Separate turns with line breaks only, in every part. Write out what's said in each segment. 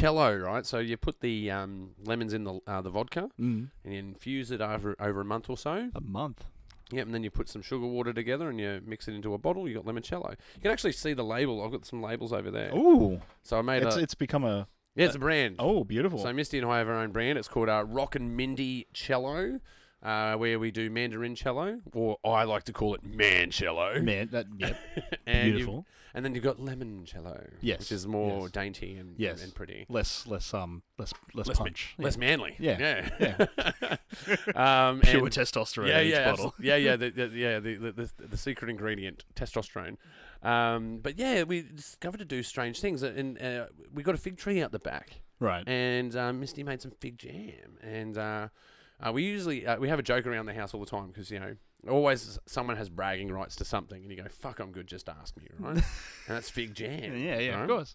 limoncello, right? So you put the um, lemons in the uh, the vodka
Mm.
and you infuse it over over a month or so.
A month.
Yep, and then you put some sugar water together and you mix it into a bottle. You got limoncello. You can actually see the label. I've got some labels over there.
Ooh,
So I made
Oh, it's
a
it's become a
yeah, it's a brand.
oh beautiful.
So Misty and I have our own brand. It's called uh, Rock and Mindy Cello, uh, where we do Mandarin cello, or I like to call it Mancello.
Man, that yep,
and you've-
beautiful.
And then you've got lemon cello,
Yes,
which is more
yes.
dainty and
Yes.
and pretty,
Less less um less less,
Less ma-
punch.
less manly.
Yeah.
yeah. um,
Pure
and-
testosterone
yeah,
in each
yeah,
bottle.
abso- yeah, yeah, the, the, yeah, the, the, the, the secret ingredient, testosterone. Um, but yeah, we discovered to do strange things, and uh, we got a fig tree out the back.
Right.
and um, Misty made some fig jam. And uh, uh, we usually uh, we have a joke around the house all the time because you know always someone has bragging rights to something, and you go, "Fuck, I'm good. Just ask me, right?" and that's fig jam.
yeah, yeah,
right?
of course.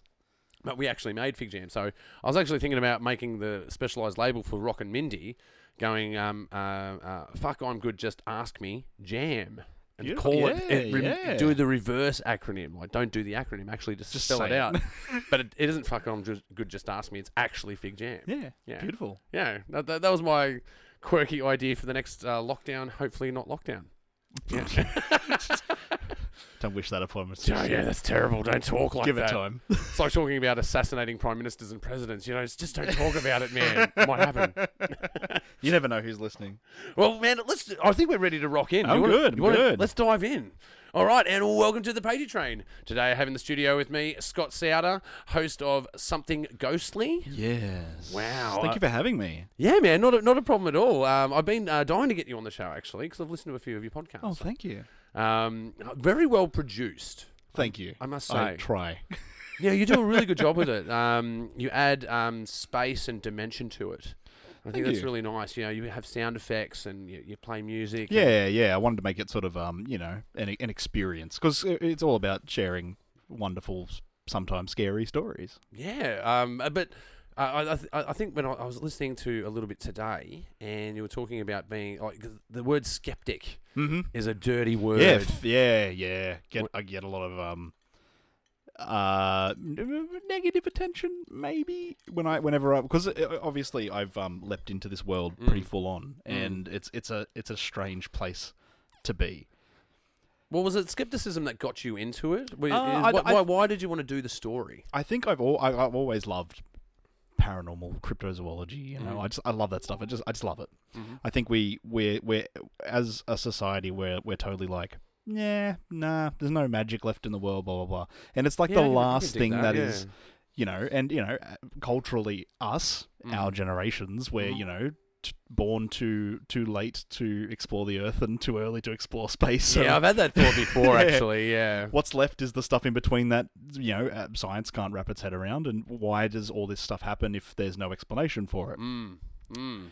But we actually made fig jam. So I was actually thinking about making the specialized label for Rock and Mindy, going, um, uh, uh, "Fuck, I'm good. Just ask me, jam." And
Beautiful.
call it,
Yeah,
it rem-
yeah.
do the reverse acronym. Like, don't do the acronym. Actually, just,
Just
spell it
say it.
out. but it, it isn't fuck. I'm just good. Just ask me. It's actually fig jam.
Yeah,
Yeah.
beautiful.
Yeah, that, that, that was my quirky idea for the next uh, lockdown. Hopefully not lockdown.
Don't wish that upon us.
Oh, yeah, that's terrible. Don't talk like
Give it
that.
time.
It's like talking about assassinating prime ministers and presidents. You know, it's just don't talk about it, man. It might happen.
you never know who's listening.
Well, man, let's. I think we're ready to rock in.
I'm
You wanna-
good,
you
I'm
wanna-
good.
Let's dive in. All right, and welcome to the Patey Train. Today I have in the studio with me Scott Souter, host of Something Ghostly.
Yes.
Wow,
Thank
uh,
you for having me.
Yeah, man, not a, not a problem at all. Um, I've been uh, dying to get you on the show actually because I've listened to a few of your podcasts.
Oh, thank you.
Um, very well produced.
Thank you.
I must
I
say.
try.
Yeah, you do a really good job with it. Um, you add um, space and dimension to it. I think
Thank
that's
you.
really nice. You know, you have sound effects and you, you play music. and-
Yeah, yeah. I wanted to make it sort of, um, you know, an, an experience because it's all about sharing wonderful, s- sometimes scary stories.
yeah. Um, uh, but uh, I, I, th- I I think when I, I was listening to a little bit today, and you were talking about being like 'cause the word skeptic
Mm-hmm.
is a dirty word.
Yeah, f- yeah, yeah. Get I get a lot of um, uh, n- negative attention maybe when I whenever I because uh, obviously I've um leapt into this world
Mm.
pretty full on, and it's it's a it's a strange place to be.
Well, was it skepticism that got you into it? Were-
Uh,
is-
I-
why,
I-
why, why did you want to do the story?
I think I've all I, I've always loved paranormal cryptozoology. You know,
Mm.
I just I love that stuff. I just I just love it. I think we we're we're as a society we're we're totally like yeah nah there's no magic left in the world blah blah blah and it's like
Yeah, I
the
can- I can
last
dig
thing
that,
that
yeah.
is you know and you know uh, culturally us
Mm.
our generations
Mm-hmm.
we're you know t- born too too late to explore the earth and too early to explore space so
yeah, I've had that thought before
Yeah.
actually. Yeah.
what's left is the stuff in between that you know uh, science can't wrap its head around and why does all this stuff happen if there's no explanation for it
Mm. Mm.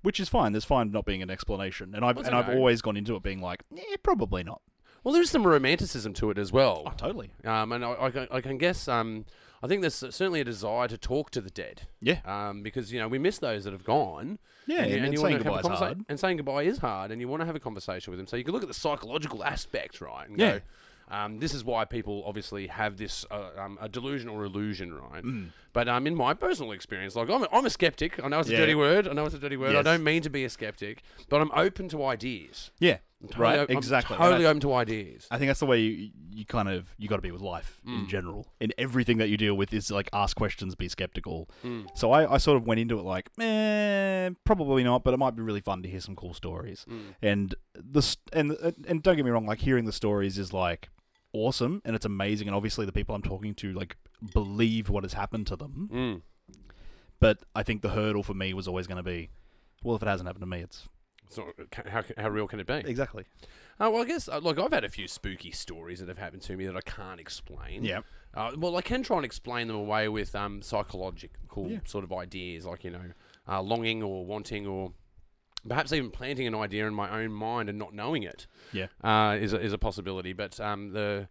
which is fine there's fine not being an explanation and i've
Well,
and
I
i've
know.
always gone into it being like yeah probably not
Well, there's some romanticism to it as well.
totally
Um, and I, I, can- I can guess, um, I think there's certainly a desire to talk to the dead.
yeah
Um, because, you know, we miss those that have gone.
yeah and,
you-
and
you
saying
wanna have a
goodbye's
conversa-
hard
And saying goodbye is hard, and you want to have a conversation with them. So you can look at the psychological aspect, right? And
Yeah.
Go, um, this is why people obviously have this uh, um, a delusion or illusion, right?
Mm.
But um, in my personal experience, like I'm a, I'm a skeptic. I know it's a
Yeah.
dirty word. I know it's a dirty word. I
Yes.
don't mean to be a skeptic, but I'm open to ideas.
yeah
Totally
right
o- I'm
exactly And I-
totally open to ideas.
I think that's the way you, you kind of you got to be with life in general. In everything that you deal with is like ask questions, be skeptical. So I, I sort of went into it like, eh, probably not, but it might be really fun to hear some cool stories. And the st- and uh, and don't get me wrong, like hearing the stories is like awesome and it's amazing and obviously the people I'm talking to like believe what has happened to them.
Mm.
But I think the hurdle for me was always going to be well, if it hasn't happened to me, it's
It's not, ca- how, ca- how real can it be?
exactly.
Oh, well, I guess, uh, like, I've had a few spooky stories that have happened to me that I can't explain.
Yeah.
Uh, well, I can try and explain them away with um, psychological
Yeah.
sort of ideas, like, you know, uh, longing or wanting or perhaps even planting an idea in my own mind and not knowing it
Yeah.
uh, is, a, is a possibility. But um, the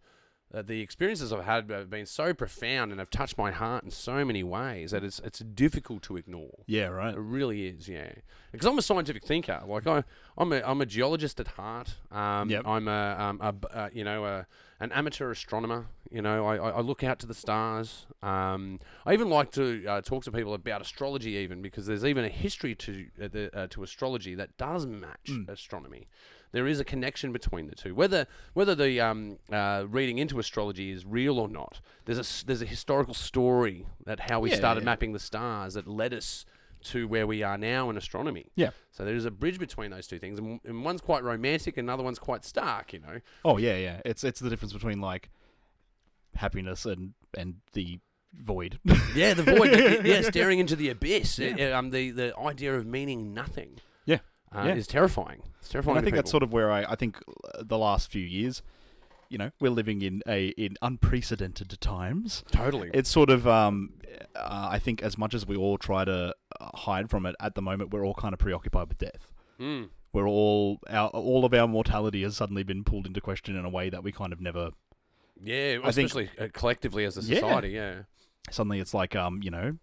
that the experiences I've had have been so profound and have touched my heart in so many ways that it's it's difficult to ignore.
Yeah, right.
It really is, yeah. Because I'm a scientific thinker. Like I, I'm a, I'm a geologist at heart. Um,
Yep.
I'm a, um, a b- uh, you know, a, an amateur astronomer. You know, I, I I look out to the stars. Um, I even like to uh, talk to people about astrology, even because there's even a history to uh, the, uh, to astrology that does match
Mm.
astronomy. There is a connection between the two. Whether whether the um, uh, reading into astrology is real or not, there's a s- there's a historical story that how we
Yeah,
started
yeah.
mapping the stars that led us to where we are now in astronomy.
Yeah.
So there is a bridge between those two things, and, and one's quite romantic, and another one's quite stark. You know.
Oh yeah, yeah. It's it's the difference between like happiness and and the void.
Yeah, the void. the- yeah, staring into the abyss. It- it, um, the the idea of meaning nothing
yeah.
uh,
Yeah.
is terrifying. It's terrifying.
And I
to
think that's
people.
sort of where I, I think uh, the last few years, you know, we're living in a in unprecedented times.
totally.
It's sort of um, uh, I think as much as we all try to uh, hide from it at the moment, we're all kind of preoccupied with death.
Mm.
We're all our all of our mortality has suddenly been pulled into question in a way that we kind of never.
Yeah,
I think-
especially uh, collectively as a
Yeah.
society. Yeah.
Suddenly, it's like um, you know,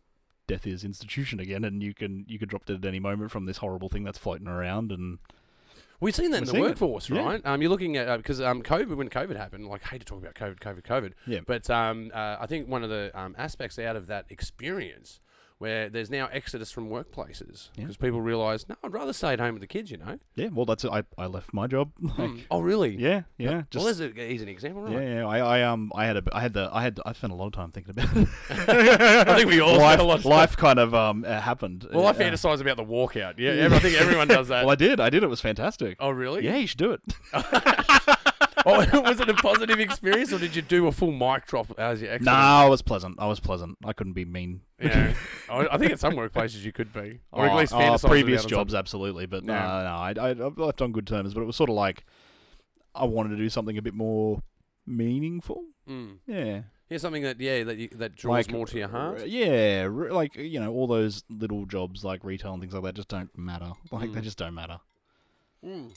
death is institution again, and you can you could drop dead at any moment from this horrible thing that's floating around and.
We've seen that
We're
in the
seeing it.
workforce,
Yeah.
right? Um, you're looking at uh, because um, COVID when COVID happened, like I hate to talk about COVID, COVID, COVID.
Yeah.
But um, uh, I think one of the um, aspects out of that experience where there's now exodus from workplaces
Yeah.
because people realise, no, I'd rather stay at home with the kids. You know.
Yeah, well, that's it. I, I left my job. Like,
Mm. Oh, really?
Yeah, yeah. Just,
well, there's a, he's an example, right?
yeah, yeah. I, I, um, I had a, I had the, I had, I spent a lot of time thinking about it.
I think we all
life,
spent a lot of time-
life kind of um uh, happened.
Well, I
Uh,
fantasize about the walkout. Yeah, every- I think everyone does that.
Well, I did. I did. It was fantastic.
oh, really?
Yeah, you should do it.
Oh, was it a positive experience, or did you do a full mic drop as your exit?
no, I was pleasant. I was pleasant. I couldn't be mean.
Yeah. I I think at some workplaces you could be, or at
Oh,
least
oh,
fantasize
previous
about it on
jobs, absolutely. But
Yeah.
no, no, I, I, I left on good terms. But it was sort of like I wanted to do something a bit more meaningful.
some- Mm.
Yeah.
Here's something that yeah that you, that draws
Like,
more to your heart.
Uh, Yeah, r- like you know, all those little jobs like retail and things like that just don't matter. Like
Hmm.
they just don't matter.
Mm.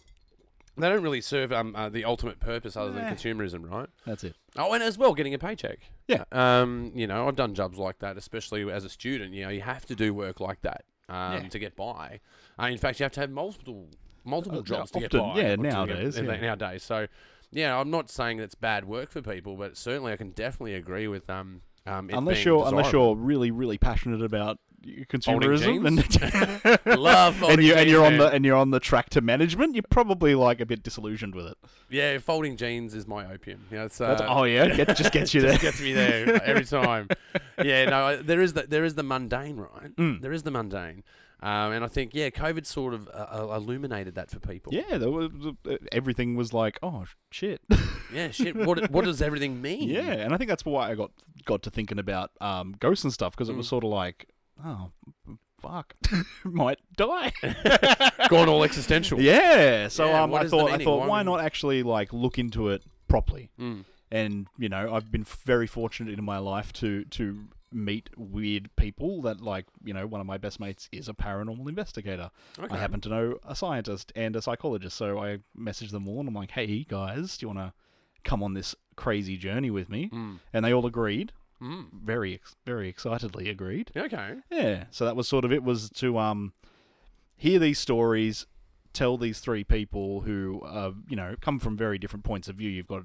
They don't really serve um, uh, the ultimate purpose other
Nah.
than consumerism, right?
That's it.
Oh, and as well, getting a paycheck.
Yeah.
Um, you know, I've done jobs like that, especially as a student. You know, you have to do work like that um,
Yeah.
to get by. Uh, in fact, you have to have multiple multiple
Uh,
jobs to get
often,
by.
yeah,
or to get-
nowadays,
and
yeah.
they- Nowadays, so yeah, I'm not saying that's bad work for people, but certainly I can definitely agree with um. um it
unless
being
you're unless
desirable.
you're really really passionate about y- consumerism and
love
and
folding
you and
jeans,
you're on
man.
the and you're on the track to management, you're probably like a bit disillusioned with it.
yeah, folding jeans is my opium. Yeah, it's, uh,
That's, oh yeah, it just gets you there.
just gets me there every time. Yeah, no, I- there is the, there is the mundane, right?
Hmm.
There is the mundane, um, and I think yeah, COVID sort of uh, uh, illuminated that for people.
yeah, there was, uh, everything was like, oh sh- shit.
yeah. Shit, what what does everything mean?
yeah, and I think that's why I got got to thinking about um, ghosts and stuff because it was
Mm.
sort of like, oh fuck, might die.
gone all existential.
Yeah. So
Yeah,
um,
what
I
is the
thought I
meaning?
thought
Why
why,
would-
not actually like look into it properly?
Mm.
And you know, I've been very fortunate in my life to to meet weird people that like you know one of my best mates is a paranormal investigator
Okay.
i happen to know a scientist and a psychologist so i message them all and i'm like hey guys do you want to come on this crazy journey with me
Mm.
and they all agreed
Mm.
very ex- very excitedly agreed
Okay.
yeah, so that was sort of it was to um hear these stories, tell these three people who uh you know come from very different points of view. You've got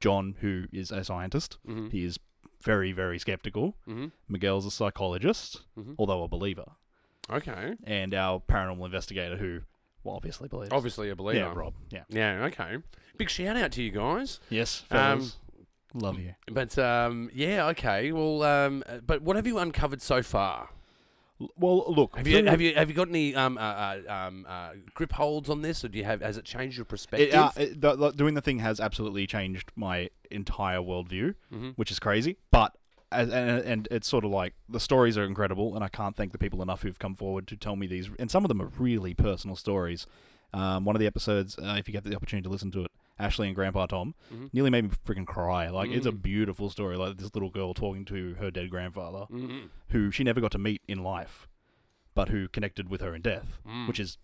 John who is a scientist.
Mhm.
He is very very skeptical.
Mhm.
Miguel's a psychologist,
Mhm.
although a believer,
Okay.
and our paranormal investigator who well obviously believes.
Obviously a believer.
yeah, Rob. Yeah.
Yeah. Okay. Big shout out to you guys.
Yes,
Um,
fellas. Love you.
But um, yeah. Okay. Well. Um, uh, but what have you uncovered so far?
L- Well, look.
Have you
through-
have you have you got any um, uh, uh, um, uh, grip holds on this, or do you have has it changed your perspective?
It, uh, it, the, the- doing the thing has absolutely changed my entire worldview,
Mm-hmm.
which is crazy. But as, and, and it's sort of like the stories are incredible, and I can't thank the people enough who've come forward to tell me these. And some of them are really personal stories. Um, one of the episodes, uh, if you get the opportunity to listen to it, Ashley and Grandpa Tom nearly made me freaking cry. Like it's a beautiful story. Like this little girl talking to her dead grandfather,
Mm-hmm. Mm.
who she never got to meet in life, but who connected with her in death, which is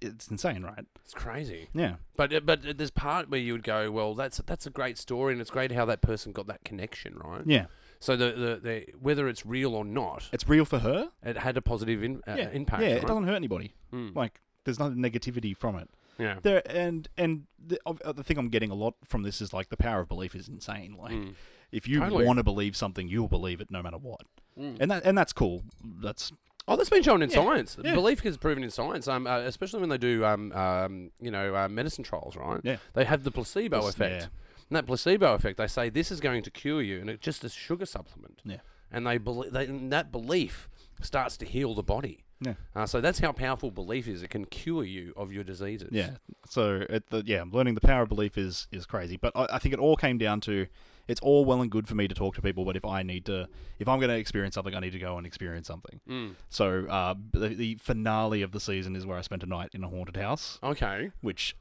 it's insane, right?
It's crazy.
Yeah.
But uh, but there's part where you would go, well, that's that's a great story, and it's great how that person got that connection, right?
Yeah.
So the, the, the whether it's real or not,
It's real for her.
it had a positive in, uh,
yeah.
impact.
Yeah,
right?
it doesn't hurt anybody.
Mm.
Like there's no negativity from it.
yeah.
There and and the, of- uh, the thing I'm getting a lot from this is like the power of belief is insane. Like
Mm.
if you
Totally.
want to believe something, you'll believe it no matter what. And that and that's cool. That's
Oh, that's been shown in
Yeah,
science.
yeah.
Belief is proven in science, um, uh, especially when they do, um, um, you know, uh, medicine trials, right?
Yeah.
They have the placebo
Plus-
effect.
yeah.
And that placebo effect, they say this is going to cure you, and it's just a sugar supplement.
Yeah.
And they, belie- they and that belief starts to heal the body.
yeah.
Uh, so that's how powerful belief is. It can cure you of your diseases.
Yeah. So it, the, yeah, learning the power of belief is is crazy, but I, I think it all came down to it's all well and good for me to talk to people, but if I need to, if I'm going to experience something, I need to go and experience something.
Mm.
So uh, the, the finale of the season is where I spent a night in a haunted house,
Okay.
which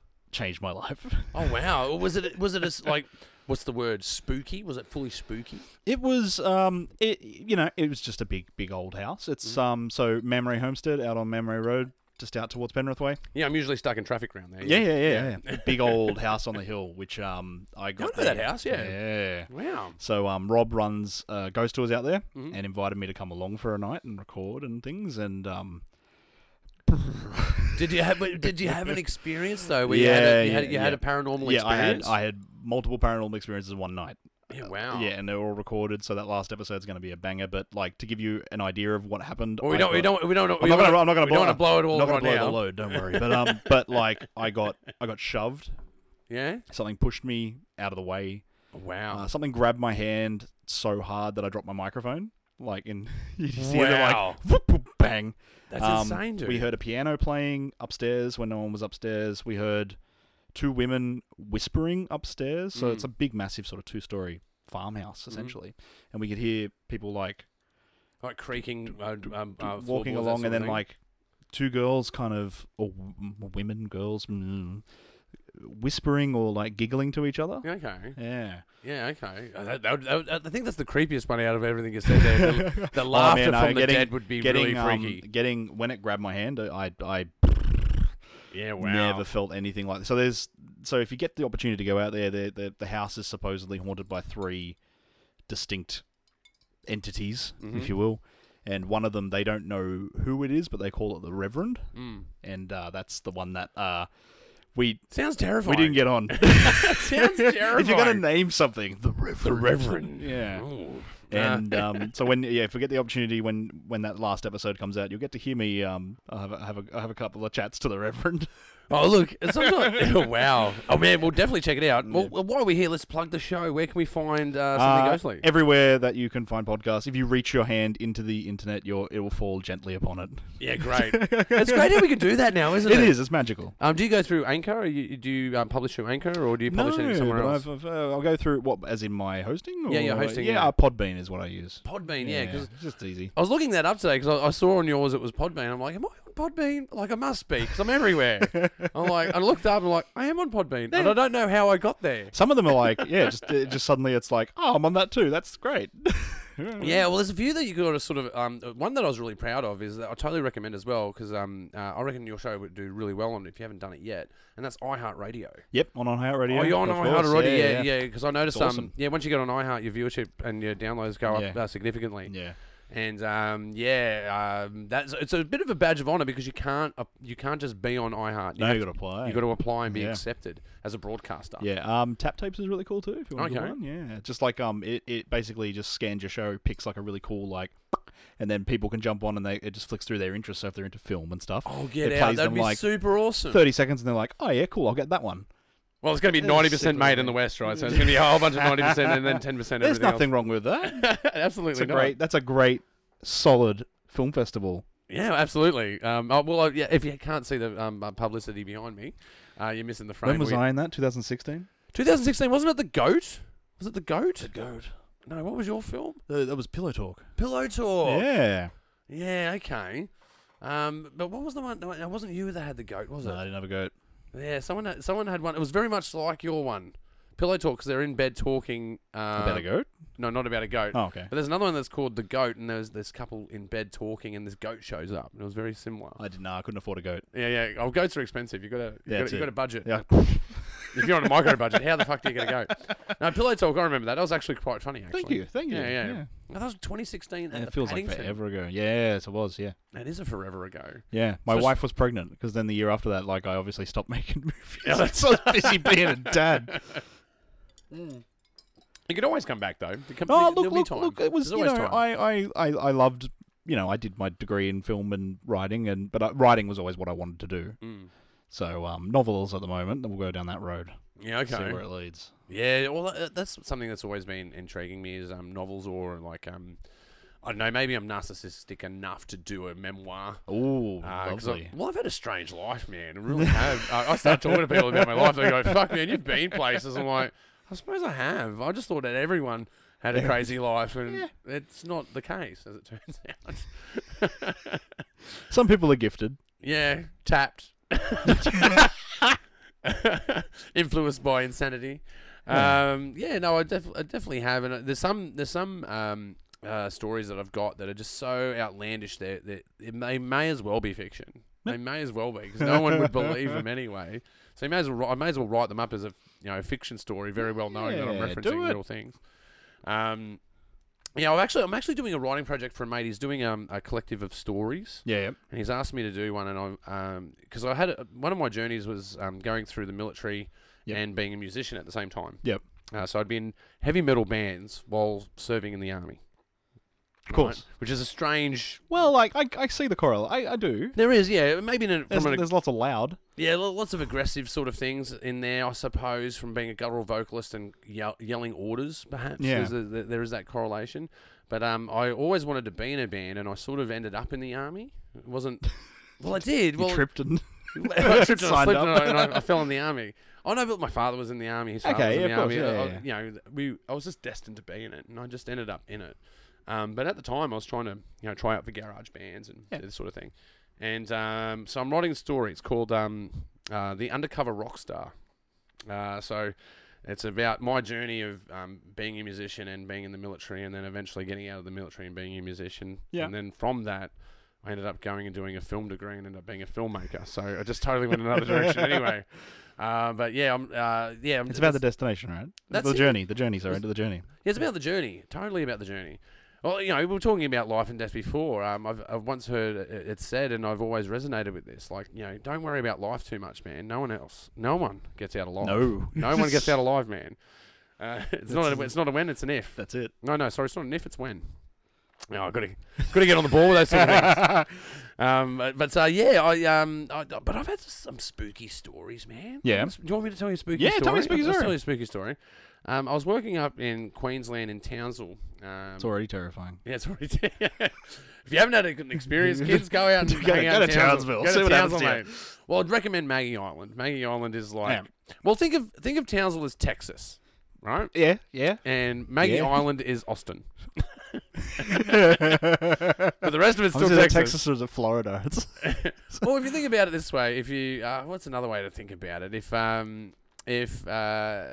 changed my life.
Oh wow. was it? Was it a s like? What's the word? Spooky? Was it fully spooky?
It was, um, it you know, it was just a big, big old house. It's
Mm.
um, so Mamre Homestead out on Mamre Road, just out towards Penrith Way.
Yeah, I'm usually stuck in traffic around there.
Yeah, yeah, yeah, yeah. big old house on the hill, which um, I got
know that
the-
house, yeah.
yeah.
Wow.
So um, Rob runs uh, ghost tours out there
Mm-hmm.
and invited me to come along for a night and record and things. And um,
Did you have but Did you have an experience though where
Yeah,
you had a, you, had,
yeah,
you had a
yeah.
paranormal
yeah, I had
experience? Oh.
I had multiple paranormal experiences in one night.
yeah, wow.
Yeah, and they were all recorded. So that last episode's going to be a banger. But like to give you an idea of what happened,
Well, we
I
don't. We
got-
don't. We don't.
I'm not gonna, I'm not gonna
we
blow,
don't want to blow it all
I'm not gonna
right now.
blow the load. Don't worry. But um, but like I got I got shoved.
Yeah.
Something pushed me out of the way.
Wow.
Uh, something grabbed my hand so hard that I dropped my microphone. Like in you just hear the
Wow.
like whoop, whoop, bang. Um,
That's insane, dude.
We heard a piano playing upstairs when no one was upstairs. We heard two women whispering upstairs. So it's a big, massive sort of two-story farmhouse essentially, and we could hear people like
like creaking, uh, d- um, uh,
walking
floorboards, that
along,
sort
and
of
then
thing.
like two girls, kind of or w- m- women, girls, mm, whispering or like giggling to each other.
Yeah, Okay.
Yeah.
Yeah. Okay. Uh, that, that, would- that, would- I think that's the creepiest one out of everything you said there. The, the
Oh,
laughter
man, no,
from the dead would be really
um,
freaky.
getting when it grabbed my hand, I I
yeah. Wow.
never felt anything like so there's so if you get the opportunity to go out there the the, the house is supposedly haunted by three distinct entities
Mm-hmm.
if you will and one of them they don't know who it is but they call it the reverend
Mm.
and uh, that's the one that uh, we
Sounds terrifying.
we didn't get on
Sounds terrifying.
if you're gonna name something the reverend
the Reverend.
yeah
Ooh.
and um, so when yeah, if we get the opportunity when when that last episode comes out, you'll get to hear me um I'll have a, have a, I'll have a couple of chats to the Reverend.
Oh look! It's sometimes, wow. Oh man, we'll definitely check it out. Well, well, while we're here, let's plug the show. Where can we find uh, something
Uh,
ghostly?
Everywhere that you can find podcasts, if you reach your hand into the internet, you're, it will fall gently upon it.
yeah, great. it's great how we can do that now, isn't it?
It is. It's magical.
Um, do you go through Anchor? Or you, do you um, publish through Anchor, or do you publish it somewhere
but
else?
I've, I've, uh, I'll go through what as in my hosting. Or,
Yeah, yeah, hosting,
Yeah,
yeah.
uh, Podbean is what I use.
Podbean, yeah, because
it's just easy.
I was looking that up today because I, I saw on yours it was Podbean. I'm like, am I on Podbean? Like, I must be because I'm everywhere. I'm like, I looked up and I'm like, I am on Podbean, and I don't know how I got there.
Some of them are like, yeah, just it just suddenly it's like, oh, I'm on that too. That's great.
Yeah, well, there's a few that you got to sort of. Um, one that I was really proud of is that I totally recommend as well because um, uh, I reckon your show would do really well on it if you haven't done it yet, and that's iHeartRadio.
yep, on on Radio.
oh, you're on iHeart already, yeah, yeah. Because I noticed, um,
awesome.
yeah, once you get on iHeart, your viewership and your downloads go up
Yeah.
uh, significantly.
yeah.
And um, yeah, um, that's it's a bit of a badge of honor because you can't uh, you can't just be on iHeart. You
No,
have
you got
to-
to apply.
you got to apply and be
Yeah.
accepted as a broadcaster.
Yeah, um, tap tapes is really cool too. If you want to
Okay.
do one, yeah, just like um, it, it basically just scans your show, picks like a really cool like, and then people can jump on and they it just flicks through their interests. So if they're into film and stuff,
Oh, get
it
out!
plays
That'd
them
be
like
super awesome.
thirty seconds, and they're like, oh yeah, cool, I'll get that one.
Well, it's going to be
Yeah,
ninety
sick
percent
of
made
it.
in the West, right? So it's going to be a whole bunch of ninety percent and then ten percent.
There's nothing wrong with that.
Else.
It's a
absolutely not.
great. That's a great solid film festival.
Yeah, absolutely. Um, oh, well, uh, yeah. If you can't see the um, uh, publicity behind me, uh, you're missing the frame.
when was
We-
I in that? 2016.
2016 wasn't it the goat? Was it the goat?
Goat.
No, what was your film?
That was Pillow Talk.
Pillow Talk.
Yeah.
Yeah, okay. Um, but what was the one? no, It wasn't you that had the goat, was
No, I
it?
didn't have a goat.
Yeah, someone had, someone had one. It was very much like your one, Pillow talk because they're in bed talking. Uh,
About a goat?
No, not about a goat.
Oh, okay.
But there's another one that's called the goat, and there's this couple in bed talking, and this goat shows up, and it was very similar.
I didn't know. I couldn't afford a goat.
Yeah, yeah. Oh, goats are expensive. You got to, you
Yeah,
got
that's
to, you got
it.
to budget.
Yeah.
If you're on a micro budget, how the fuck do you get a goat? No, pillow talk. I remember that. That was actually quite funny. Actually.
Thank you. Thank you.
Yeah, yeah. Oh, that was 2016.
And
at
it
the
feels like
Paddington.
forever ago. Yes, it was. Yeah.
That is a forever ago.
Yeah. My
So-
wife was pregnant because then the year after that, like, I obviously stopped making movies. so I was busy being a dad.
You could always come back though. There can-
No,
there-
Oh, look,
there'll be
look,
time.
look. It was,
There's
you know,
always time.
I, I, I, I loved, you know, I did my degree in film and writing, and but I, writing was always what I wanted to do.
Mm.
So um, novels at the moment, then we'll go down that road.
Yeah. Okay.
See where it leads.
Yeah, well, that- that's something that's always been intriguing me is um, novels or like um, I don't know, maybe I'm narcissistic enough to do a memoir.
Oh,
Uh, 'cause I-
lovely.
well, I've had a strange life, man. I really have. I, I start talking to people about my life. They go, "Fuck, man, you've been places." I'm like, I suppose I have. I just thought that everyone had a crazy life, and
Yeah.
it's not the case as it turns out.
Some people are gifted.
Yeah, tapped. Influenced by insanity. Um, yeah, no, I, def- I definitely have, and uh, there's some there's some um, uh, stories that I've got that are just so outlandish that, that it may, may as well be fiction. They may as well be because no one would believe them anyway. So you may as well wri- I may as well write them up as a you know fiction story, very well knowing that I'm
Yeah, do
referencing
it.
real things. Um, yeah, I'm actually I'm actually doing a writing project for a mate. He's doing um, a collective of stories
Yeah, yeah.
and he's asked me to do one. And I, because I had a, one of my journeys was um, going through the military
Yep.
and being a musician at the same time.
Yep.
Uh, so I'd been heavy metal bands while serving in the army.
Of course.
Right? Which is a strange.
Well, like I, I see the correl. I, I do.
There is, yeah, maybe in a,
There's,
from an,
there's lots of loud.
yeah, lo- lots of aggressive sort of things in there, I suppose, from being a guttural vocalist and yell, yelling orders, perhaps.
Yeah.
There's a, th- there is that correlation. But um, I always wanted to be in a band, and I sort of ended up in the army. It wasn't. Well, I did.
You
Well,
tripped and
I tripped and I
Signed
slipped and I,
up.
and I- I fell in the army. I know, but my father was in the army. So
Okay,
I was in
yeah,
the
of
army.
course, yeah,
I-
yeah,
I, you know, we I was just destined to be in it, and I just ended up in it. Um, but at the time, I was trying to you know try out for garage bands and
Yeah.
this sort of thing. And um, so I'm writing a story. It's called um, uh, "The Undercover Rockstar." Uh, so it's about my journey of um, being a musician and being in the military, and then eventually getting out of the military and being a musician.
Yeah.
And then from that, I ended up going and doing a film degree and ended up being a filmmaker. So I just totally went another direction anyway. Uh, but yeah, I'm, uh, yeah, I'm,
It's about the destination, right?
That's
the
it.
journey. The journey. Sorry, the journey.
yeah, it's about the journey. Totally about the journey. Well, you know, we were talking about life and death before. Um, I've, I've once heard it it said, and I've always resonated with this. Like, you know, don't worry about life too much, man. No one else, no one gets out alive.
No.
Oh, No one gets out alive, man. Uh, it's not. A, it's not a when. It's an if.
That's it.
No, no, sorry, it's not an if, it's when. No, I gotta, gotta get on the ball with those sort of things. Um, but, but uh, yeah, I um, I, but I've had some spooky stories, man.
Yeah.
Do you want me to tell you a spooky
Yeah,
story?
tell me a spooky
I'll- I'll
story.
tell you a spooky story. Um, I was working up in Queensland in Townsville. Um,
It's already terrifying.
yeah, it's already. if you haven't had a good experience, kids, go out and
Go-
hang
go
out in
to Townsville,
Go
see
to
what happens
Townsville,
to
mate. Well, I'd recommend Maggie Island. Maggie Island is like, well, think of think of Townsville as Texas, right?
Yeah, yeah.
And Maggie
Yeah.
Island is Austin.
but
But the rest of it's still Texas.
Texas. Texas or is it Florida? It's
well, if you think about it this way, if you uh, what's another way to think about it? If um if uh,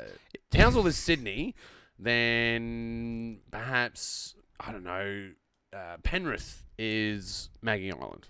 Townsville is Sydney, then perhaps I don't know uh, Penrith is Maggie Island.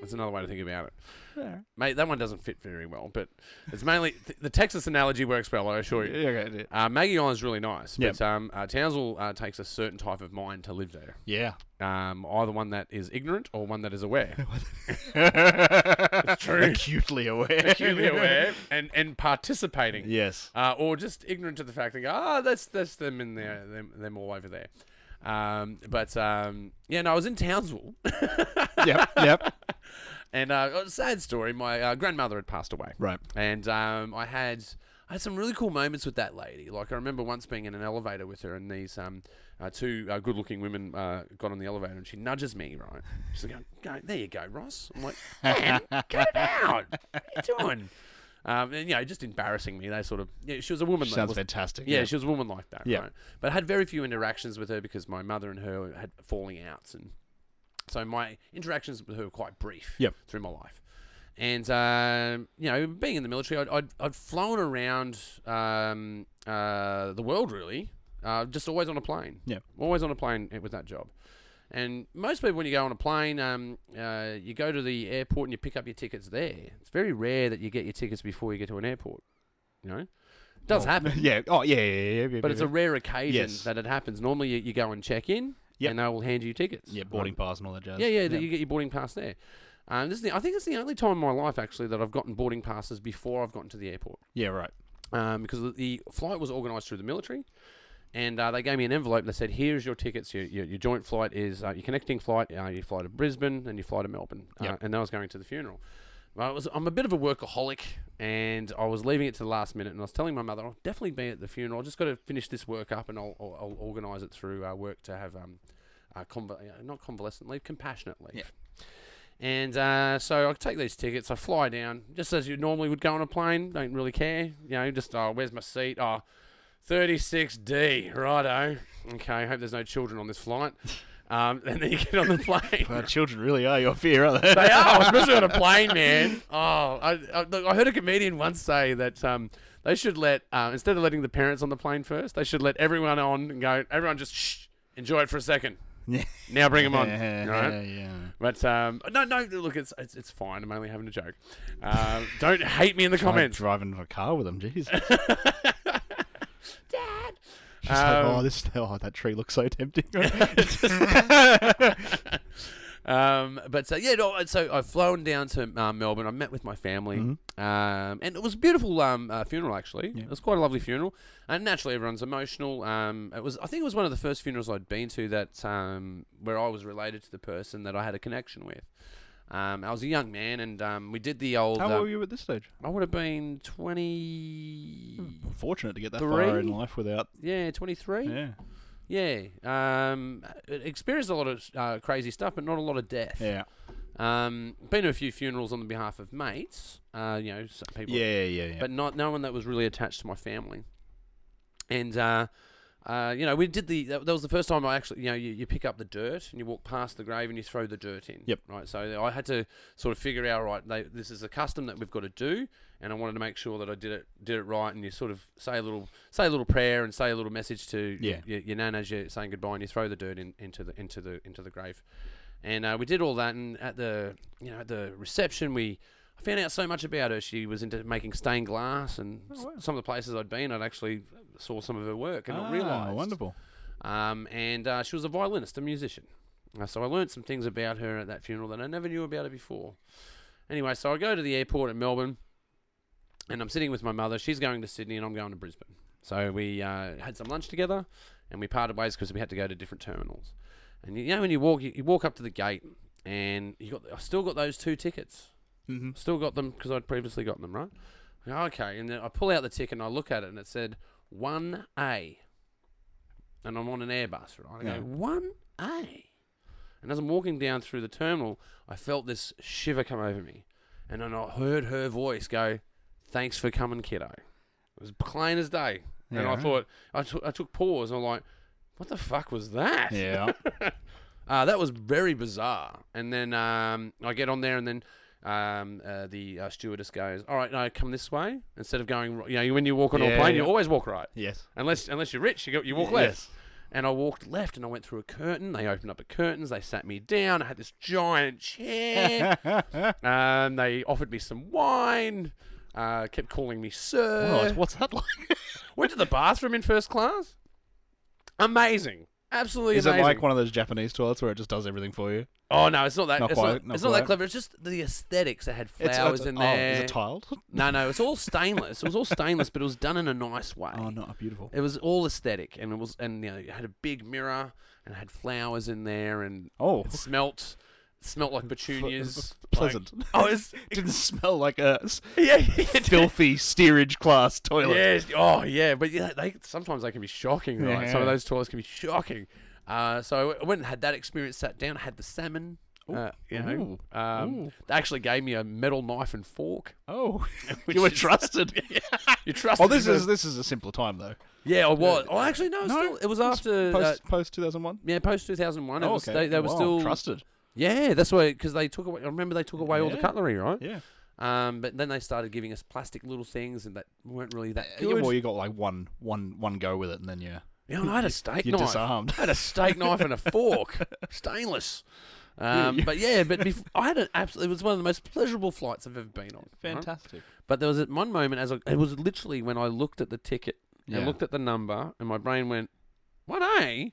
That's another way to think about it,
There.
mate. That one doesn't fit very well, but it's mainly th- the Texas analogy works well. I assure you.
Yeah, okay, yeah.
Uh, Maggie Island's really nice,
Yep.
but um, uh, Townsville uh, takes a certain type of mind to live there.
Yeah.
Um, either one that is ignorant or one that is aware.
it's
true.
Acutely aware.
acutely aware and, and participating,
Yes.
uh, or just ignorant to the fact that ah, that's that's them in there, them, them all over there. Um, but um, yeah, no, I was in Townsville,
yep. Yep.
and uh, it was a sad story. My uh, grandmother had passed away,
Right.
and um, I had I had some really cool moments with that lady. Like I remember once being in an elevator with her, and these um, uh, two uh, good-looking women uh, got on the elevator, and she nudges me. Right, she's like, "Go, there you go, Ross." I'm like, "Man, get it out! What are you doing?" Um, and you know, just embarrassing me. They sort of yeah, she was a woman. that
Sounds
was-
fantastic.
yeah, she was a woman like that.
Yeah.
Right? But I had very few interactions with her because my mother and her had falling outs, and so my interactions with her were quite brief
Yep.
through my life. And um, you know, being in the military, I'd I'd, I'd flown around um, uh, the world really, uh, just always on a plane.
Yeah.
always on a plane with that job. And most people, when you go on a plane, um, uh, you go to the airport and you pick up your tickets there. It's very rare that you get your tickets before you get to an airport. You know, it does
Oh,
happen,
Yeah. Oh, yeah, yeah, yeah. yeah, yeah
but it's a rare occasion
Yes.
that it happens. Normally, you, you go and check in,
Yep.
and they will hand you tickets.
yeah boarding pass and all that jazz.
Yeah, yeah, that you get your boarding pass there. Um, this is the, I think it's the only time in my life actually that I've gotten boarding passes before I've gotten to the airport
Yeah, right.
um, because the flight was organised through the military, and uh, they gave me an envelope. and They said, "Here's your tickets. Your, your, your joint flight is uh, your connecting flight. Uh, you fly to Brisbane and you fly to Melbourne." Uh,
Yep.
and I was going to the funeral. Well, I was, I'm a bit of a workaholic, and I was leaving it to the last minute. And I was telling my mother, "I'll definitely be at the funeral. I just got to finish this work up, and I'll, I'll, I'll organise it through uh, work to have um, uh, conval- uh, not convalescent leave, compassionate leave."
Yeah.
And uh, so I take these tickets. I fly down, just as you normally would go on a plane. Don't really care, you know. Just oh, where's my seat? Oh, 36D, righto. Okay, hope there's no children on this flight. Um, and then you get on the plane.
Well, children really are your fear, aren't they?
They are, especially on a plane, man. Oh, I, I, look, I heard a comedian once say that um, they should let, uh, instead of letting the parents on the plane first, they should let everyone on and go, everyone just shh, enjoy it for a second.
Yeah.
Now bring them on.
Yeah,
all right?
yeah, yeah.
But um, no, no, look, it's, it's it's fine. I'm only having a joke. Um, don't hate me in the
Like
comments.
driving a car with them, jeez.
Dad.
She's like,
Um,
oh, this, oh, that tree looks so tempting.
um, but uh, yeah, no, and so I've flown down to uh, Melbourne. I met with my family, um, and it was a beautiful um, uh, funeral. Actually,
Mm-hmm. Yeah.
it was quite a lovely funeral, and naturally everyone's emotional. Um, it was, I think, it was one of the first funerals I'd been to that um, where I was related to the person that I had a connection with. Um, I was a young man, and um, we did the old.
How
uh,
old were you at this stage?
I would have been twenty.
Fortunate to get that
Three?
far in life without.
Yeah, twenty three.
Yeah.
Yeah, um, experienced a lot of uh, crazy stuff, but not a lot of death.
Yeah.
Um, been to a few funerals on the behalf of mates, uh, you know, some people,
Yeah, yeah, yeah.
but not no one that was really attached to my family. And uh, uh, you know, we did the that, that was the first time I actually, you know, you, you pick up the dirt and you walk past the grave and you throw the dirt in.
Yep.
Right. So I had to sort of figure out right, they, this is a custom that we've got to do, and I wanted to make sure that I did it did it right. And you sort of say a little say a little prayer and say a little message to
Yeah.
your, your nan as you're saying goodbye, and you throw the dirt in, into the into the into the grave. And uh, we did all that, and at the you know at the reception we. I found out so much about her. She was into making stained glass, and
Oh,
s- some of the places I'd been, I'd actually saw some of her work and not
Ah,
realised.
Wonderful.
Um, and uh, she was a violinist, a musician. Uh, so I learnt some things about her at that funeral that I never knew about her before. Anyway, so I go to the airport at Melbourne, and I'm sitting with my mother. She's going to Sydney, and I'm going to Brisbane. So we uh, had some lunch together, and we parted ways because we had to go to different terminals. And you know, when you walk, you, you walk up to the gate, and you got, I still got those two tickets.
Mm-hmm.
Still got them because I'd previously gotten them, right? Okay, and then I pull out the ticket and I look at it and it said 1A. And I'm on an Airbus, right? I
Yeah.
go, 1A. And as I'm walking down through the terminal, I felt this shiver come over me. And then I heard her voice go, Thanks for coming, kiddo. It was plain as day. and
Yeah,
I
right.
thought, I took I took pause and I'm like, What the fuck was that?
Yeah.
Uh, that was very bizarre. And then um, I get on there, and then um, uh, the uh, stewardess goes, "All right, no, come this way." Instead of going, ri- you know, when you walk on a
Yeah,
plane,
yeah.
you always walk right,
yes.
unless unless you're rich, you go, you walk
Y-
left.
yes.
And I walked left, and I went through a curtain. They opened up the curtains. They sat me down. I had this giant chair. um, they offered me some wine. Uh, kept calling me
Oh,
sir.
what's that like?
Went to the bathroom in first class. Amazing, absolutely
Is it
amazing.
like one of those Japanese toilets where it just does everything for you?
Oh no, it's not that.
Not
it's
quite,
not,
not
it's not that
quite.
clever. It's just the aesthetics. It had
It's-
flowers
it's-
in
oh,
there.
Is it tiled?
no, no, it's all stainless. it was all stainless, but it was done in a nice way.
Oh, not beautiful.
It was all aesthetic, and it was, and you know, it had a big mirror and it had flowers in there, and
Oh,
it smelt, smelt like petunias. like-
pleasant.
oh, it's
It didn't smell like a s-
yeah, yeah,
filthy steerage class toilet.
Yes. Oh, yeah. But yeah, they sometimes they can be shocking, right? Some of
Yeah.
those toilets can be shocking. Uh, so I went and had that experience. Sat down, had the salmon. Uh, you know, um,
Ooh.
they actually gave me a metal knife and fork.
Oh,
Which
you were
is-
trusted.
You trust?
Oh, this is this is a simpler time though.
yeah. I was. Oh, actually, no.
No,
still, it was after uh,
Post post two thousand one.
yeah, post two thousand one.
Oh,
was
okay.
They, they were
Wow,
still
trusted.
Yeah, that's why because they took away. I remember they took away all the
Yeah.
cutlery, right?
Yeah.
Um, but then they started giving us plastic little things, and that weren't really that
Yeah,
good.
well, you got like one, one, one go with it, and then you
Yeah, and I had a steak
you're
knife.
disarmed.
I had a steak knife and a fork, stainless. Um,
you-
But yeah, but bef- I had an absolutely. It was one of the most pleasurable flights I've ever been on. right?
Fantastic.
But there was at one moment as I, it was literally when I looked at the ticket
Yeah.
and looked at the number, and my brain went, "What a!"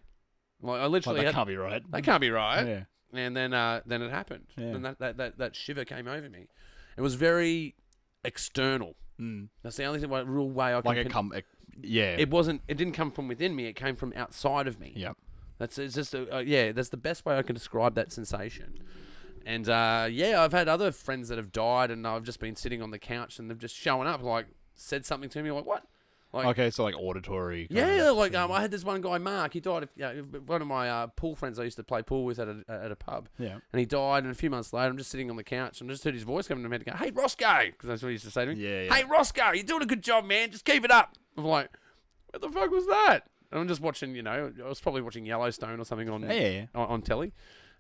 Like I
Like,
literally,
that
had,
can't be right.
that can't be right.
Yeah.
And then, uh, then it happened,
Yeah.
and that, that that that shiver came over me. It was very external.
Mm.
That's the only thing, like, real way I could.
Like it
con-
come. It, yeah.
it wasn't. It didn't come from within me. It came from outside of me.
yeah.
That's it's just a, uh, yeah. That's the best way I can describe that sensation. And uh, yeah, I've had other friends that have died, and I've just been sitting on the couch, and they've just shown up, like said something to me, like what? Like
Okay, so like auditory. kind
yeah,
of-
like um, I had this one guy, Mark. He died. Of, yeah, one of my uh, pool friends I used to play pool with at a, at a pub,
Yeah.
and he died. And a few months later, I'm just sitting on the couch, and I just heard his voice coming to me, and go, "Hey Roscoe," because that's what he used to say to me.
Yeah, yeah.
Hey Roscoe, you're doing a good job, man. Just keep it up. I'm like, what the fuck was that? And I'm just watching, you know, I was probably watching Yellowstone or something on
Yeah, yeah, yeah.
on, on telly,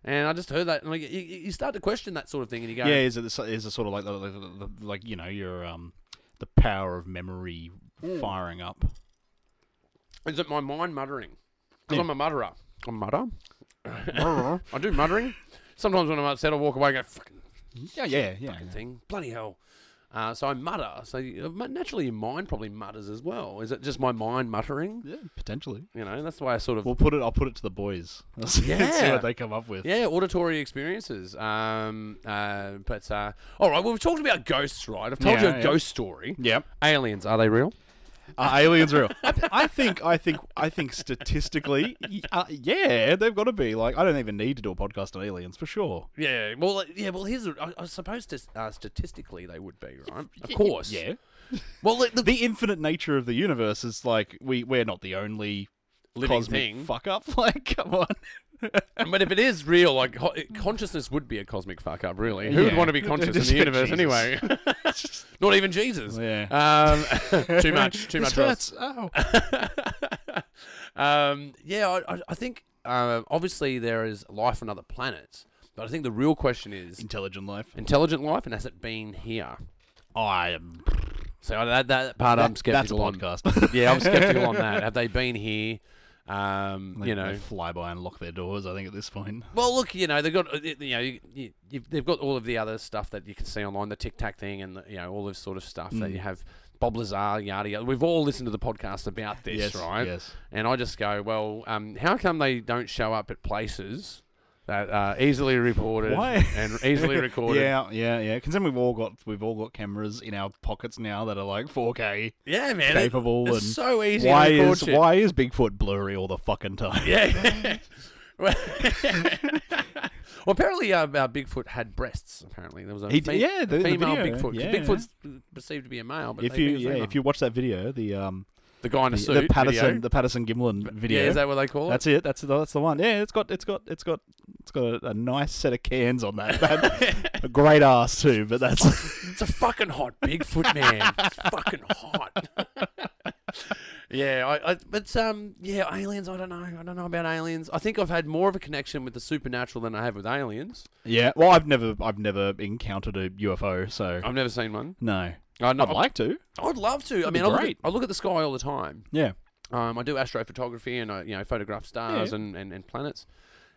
and I just heard that, and like, you, you start to question that sort of thing, and you go,
Yeah, is it the, is it sort of like the, the, the, the- like you know your um the power of memory
Mm.
firing up?
is it my mind muttering? Because
Yeah.
I'm a mutterer. I mutter.
yeah,
I do muttering. Sometimes when I'm upset, I walk away and go, fucking
yeah, yeah.
thing, bloody hell. Uh, so I mutter. So you- uh, mu- naturally, your mind probably mutters as well. Is it just my mind muttering?
Yeah, potentially.
You know, that's why I sort of
We'll put it. I'll put it to the boys. Let's see, see
Yeah.
what they come up with.
Yeah, auditory experiences. Um, uh, but uh, all right, well, we've talked about ghosts, right? I've told
Yeah,
you a
yeah.
ghost story.
Yep.
Aliens, are they real?
Are aliens real? I, th- I think. I think. I think statistically, y- uh, yeah, they've got to be. Like, I don't even need to do a podcast on aliens for sure.
Yeah. Well, uh, yeah. Well, here's. A, I, I suppose to, uh, statistically they would be, right? Of course.
Yeah.
Well, the,
The infinite nature of the universe is like we we're not the only
Living
cosmic
thing.
fuck up. Like, come on.
but if it is real, like ho- consciousness would be a cosmic fuck up, really. Who would
Yeah.
want to be conscious in
Just
the universe
Jesus.
anyway? Not even Jesus.
Yeah.
Um, too much. Too
This
much. Ross.
hurts. Oh.
um, yeah, I, I- I think uh, obviously there is life on other planets, but I think the real question is
Intelligent life.
intelligent life, and has it been here?
I am.
So that that part I'm
That's a
skeptical on.
podcast.
Yeah, I'm skeptical on that. Have they been here? Um,
They-
you
they
know.
fly by and lock their doors. I think at this point.
Well, look, you know they've got uh, you know you, you, you've- they've got all of the other stuff that you can see online, the Tic Tac thing, and the, you know all this sort of stuff
Mm.
that you have. Bob Lazar, yada yada. We've all listened to the podcast about this,
yes.
right?
Yes.
And I just go, well, um, how come they don't show up at places that are easily reported
Why?
and easily recorded?
Yeah, yeah, yeah. Considering we've all got we've all got cameras in our pockets now that are like 4K
yeah, man. it-
capable,
it's
and
so easy
why
to record
is
shit.
why is Bigfoot blurry all the fucking time?
Yeah. well, well, apparently, uh, uh, Bigfoot had breast. Apparently, there was a
He
fe-
did- yeah, the- the
female
video,
Bigfoot. 'cause
yeah.
Bigfoot's perceived to be a male, but
If
they
you
think it's
yeah,
female.
if you watch that video, the um
the guy in
the,
a
the
suit, video.
Patterson the Patterson Gimlin video,
Yeah, is that what they call it?
that's it. That's the, that's the one. Yeah, it's got it's got it's got it's got a, a nice set of cans on that. That- a great ass too, but that's
It's a fucking hot Bigfoot man. It's fucking hot. yeah, I, I, but um, yeah, aliens. I don't know. I don't know about aliens. I think I've had more of a connection with the supernatural than I have with aliens.
yeah. Well, I've never I've never encountered a UFO, so
I've never seen one.
no.
Uh, no,
I'd like to.
I'd love to. I
That'd be
mean, I look, at,
great.
I look at the sky all the time.
Yeah.
Um, I do astrophotography and I, you know, photograph stars
Yeah.
and, and, and planets,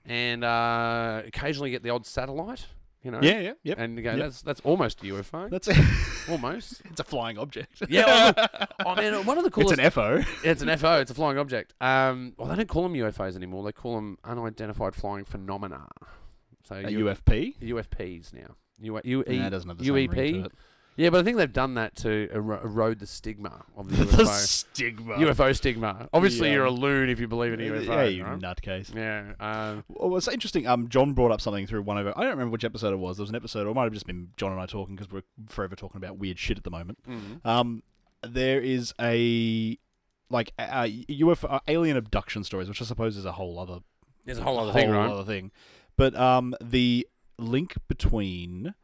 and uh, occasionally get the odd satellite. You know.
Yeah, yeah, yep.
And you go,
Yep.
that's that's almost a UFO.
That's it.
almost.
It's a flying object.
Yeah. I mean, uh, one of the coolest.
it's an FO.
Yeah, it's an FO. It's a flying object. Um, well, they don't call them UFOs anymore. They call them unidentified flying phenomena. So
A UFP.
UFPs now. U- U- E-
Nah, it doesn't have the same
UEP.
ring to it.
Yeah, but I think they've done that to ero- erode the stigma of the
The
UFO.
stigma.
UFO stigma. Obviously,
Yeah.
you're a loon if you believe in
Yeah,
UFO.
yeah, you
right?
nutcase.
Yeah. Um,
Well, it's interesting. Um, John brought up something through one of. our- I don't remember which episode it was. There was an episode, or it might have just been John and I talking because we're forever talking about weird shit at the moment.
mhm.
Um, there is a like a, a UFO uh, alien abduction stories, which I suppose is a whole other
There's a whole other thing, right?
other thing. But um, the link between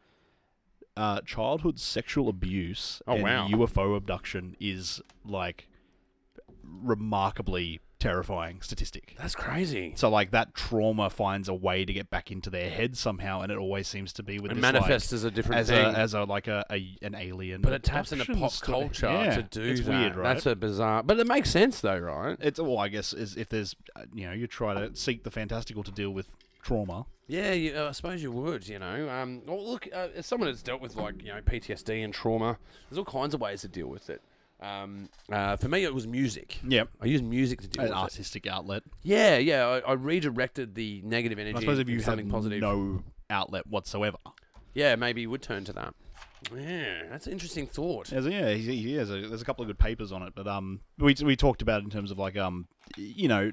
uh, childhood sexual abuse
Oh,
and
wow.
UFO abduction is like remarkably terrifying statistic.
That's crazy.
So like that trauma finds a way to get back into their head somehow, and it always seems to be with
It
this, like,
manifests as a different
as
thing.
a as a like a, a an alien.
but it taps into
abduction
pop
story.
culture
Yeah.
to do
it's
that.
weird, right?
That's a bizarre. But it makes sense though, right?
it's well, I guess is if there's uh, you know you try to seek the fantastical to deal with trauma.
Yeah, you, uh, I suppose you would. You know, um, well, look, uh, as someone that's dealt with like you know PTSD and trauma, there's all kinds of ways to deal with it. Um, uh, for me, it was music.
Yep.
I used music to deal
An
with it.
artistic outlet.
Yeah, yeah. I, I redirected the negative energy.
I suppose if
into
you have
something positive,
no outlet whatsoever,
yeah, maybe you would turn to that. Yeah, that's an interesting thought.
There's, yeah, he, he has a, there's a couple of good papers on it, but um, we we talked about it in terms of like um, you know,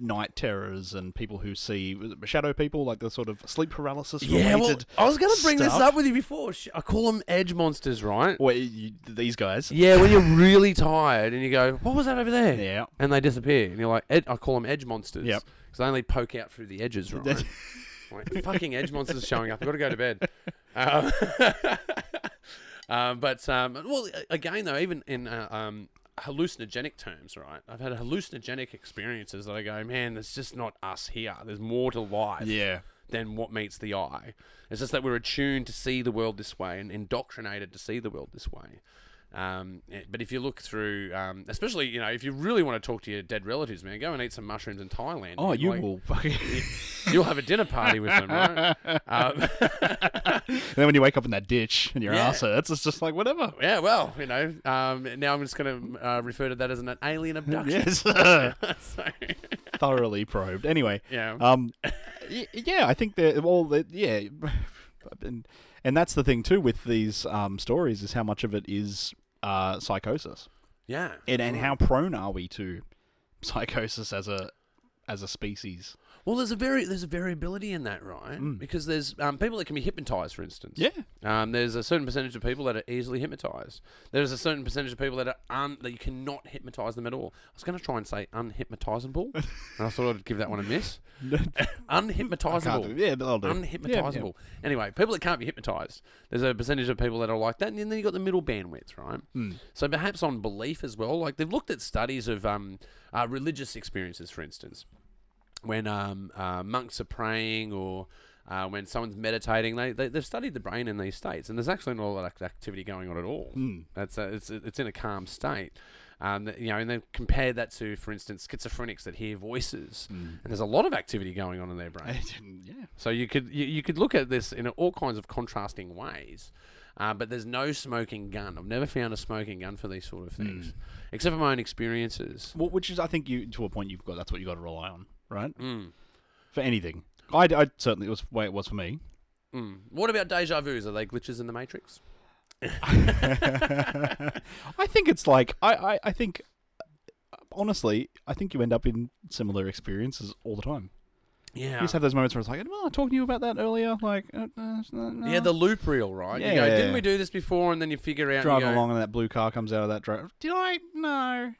night terrors and people who see was it shadow people, like the sort of sleep paralysis.
Yeah, well,
related
I was going to bring this
stuff.
up with you before. Sh- I call them edge monsters, right?
Well, you, these guys.
Yeah, when you're really tired and you go, "What was that over there?"
Yeah.
and they disappear, and you're like, ed- "I call them edge monsters."
Yep.
because they only poke out through the edges, right? like fucking edge monsters showing up. I've got to go to bed. Um, um, but um, well, a- again though, even in uh, um, hallucinogenic terms, right? I've had hallucinogenic experiences that I go, "Man, that's just not us here. There's more to life."
Yeah.
than what meets the eye. It's just that we're attuned to see the world this way and indoctrinated to see the world this way. Um, eh, but if you look through, um, especially you know, if you really want to talk to your dead relatives, man, go and eat some mushrooms in Thailand.
Oh,
and,
you
like,
will fucking.
You'll have a dinner party with them, right? Um,
and then when you wake up in that ditch and your
Yeah.
ass hurts, it's just like whatever.
yeah, well, you know, um, now I'm just going to uh, refer to that as an alien abduction.
Yes.
so,
Thoroughly probed. Anyway.
yeah.
um, y- yeah, I think that well, that- yeah, and and that's the thing too with these um, stories is how much of it is uh, psychosis,
yeah.
and and how prone are we to psychosis as a as a species?
Well, there's a very there's a variability in that, right?
Mm.
Because there's um, people that can be hypnotized, for instance. Um, there's a certain percentage of people that are easily hypnotized. There's a certain percentage of people that are un- that you cannot hypnotize them at all. I was going to try and say unhypnotizable, and I thought I'd give that one a miss.
I can't do-
unhypnotizable.
yeah, but I'll do.
Unhypnotizable.
Yeah,
Anyway, people that can't be hypnotized. There's a percentage of people that are like that, and then you've got the middle bandwidth, right?
Hmm.
So perhaps on belief as well. Like they've looked at studies of um, uh, religious experiences, for instance when um, uh, monks are praying or uh, when someone's meditating, they, they they've studied the brain in these states, and there's actually not a lot of activity going on at all.
Hmm.
That's a, it's it's in a calm state. Um, that- you know, and then compare that to, for instance, schizophrenics that hear voices,
Hmm.
and there's a lot of activity going on in their brain.
yeah. yeah.
So you could you, you could look at this in all kinds of contrasting ways, uh, but there's no smoking gun. I've never found a smoking gun for these sort of things, except for my own experiences.
Well, which is I think you to a point you've got that's what you got to rely on, right?
Mm.
For anything, I, I certainly it was the way it was for me.
Mm. What about deja vu's? Are they glitches in the matrix?
I think it's like I, I, I think honestly, I think you end up in similar experiences all the time.
Yeah.
You just have those moments where it's like, well, I talked to you about that earlier, like uh, uh, no, no.
yeah, the loop reel, right? You
Yeah,
go,
yeah,
didn't
yeah.
we do this before? And then you figure out. and you
driving
go-
along and that blue car comes out of that drive. Did I? No.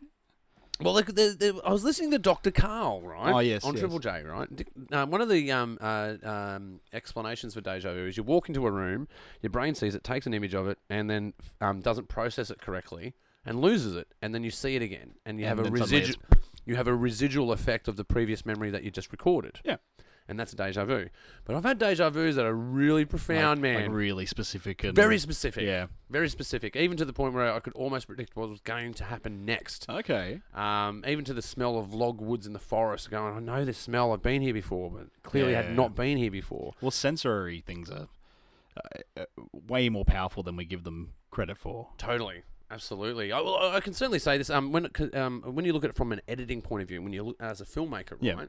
Well, look, there, there, I was listening to Dr. Carl, right?
Oh, yes,
On
yes.
Triple J, right? D- Um, one of the um, uh, um, explanations for deja vu is you walk into a room, your brain sees it, takes an image of it, and then um, doesn't process it correctly and loses it. And then you see it again. And you
And
have a
then suddenly it's-
residual. You have a residual effect of the previous memory that you just recorded.
Yeah.
And that's a deja vu. But I've had deja vus that are really profound,
Like-
man.
like really specific and
Very specific.
Yeah.
Very specific. Even to the point where I could almost predict what was going to happen next.
Okay.
Um, even to the smell of log woods in the forest, going, I know this smell. I've been here before, but clearly
Yeah.
had not been here before.
Well, sensory things are uh, uh, way more powerful than we give them credit for.
Totally. Absolutely. I, well, I can certainly say this. Um, when it, co- um, when you look at it from an editing point of view, when you look as a filmmaker, right?
Yeah.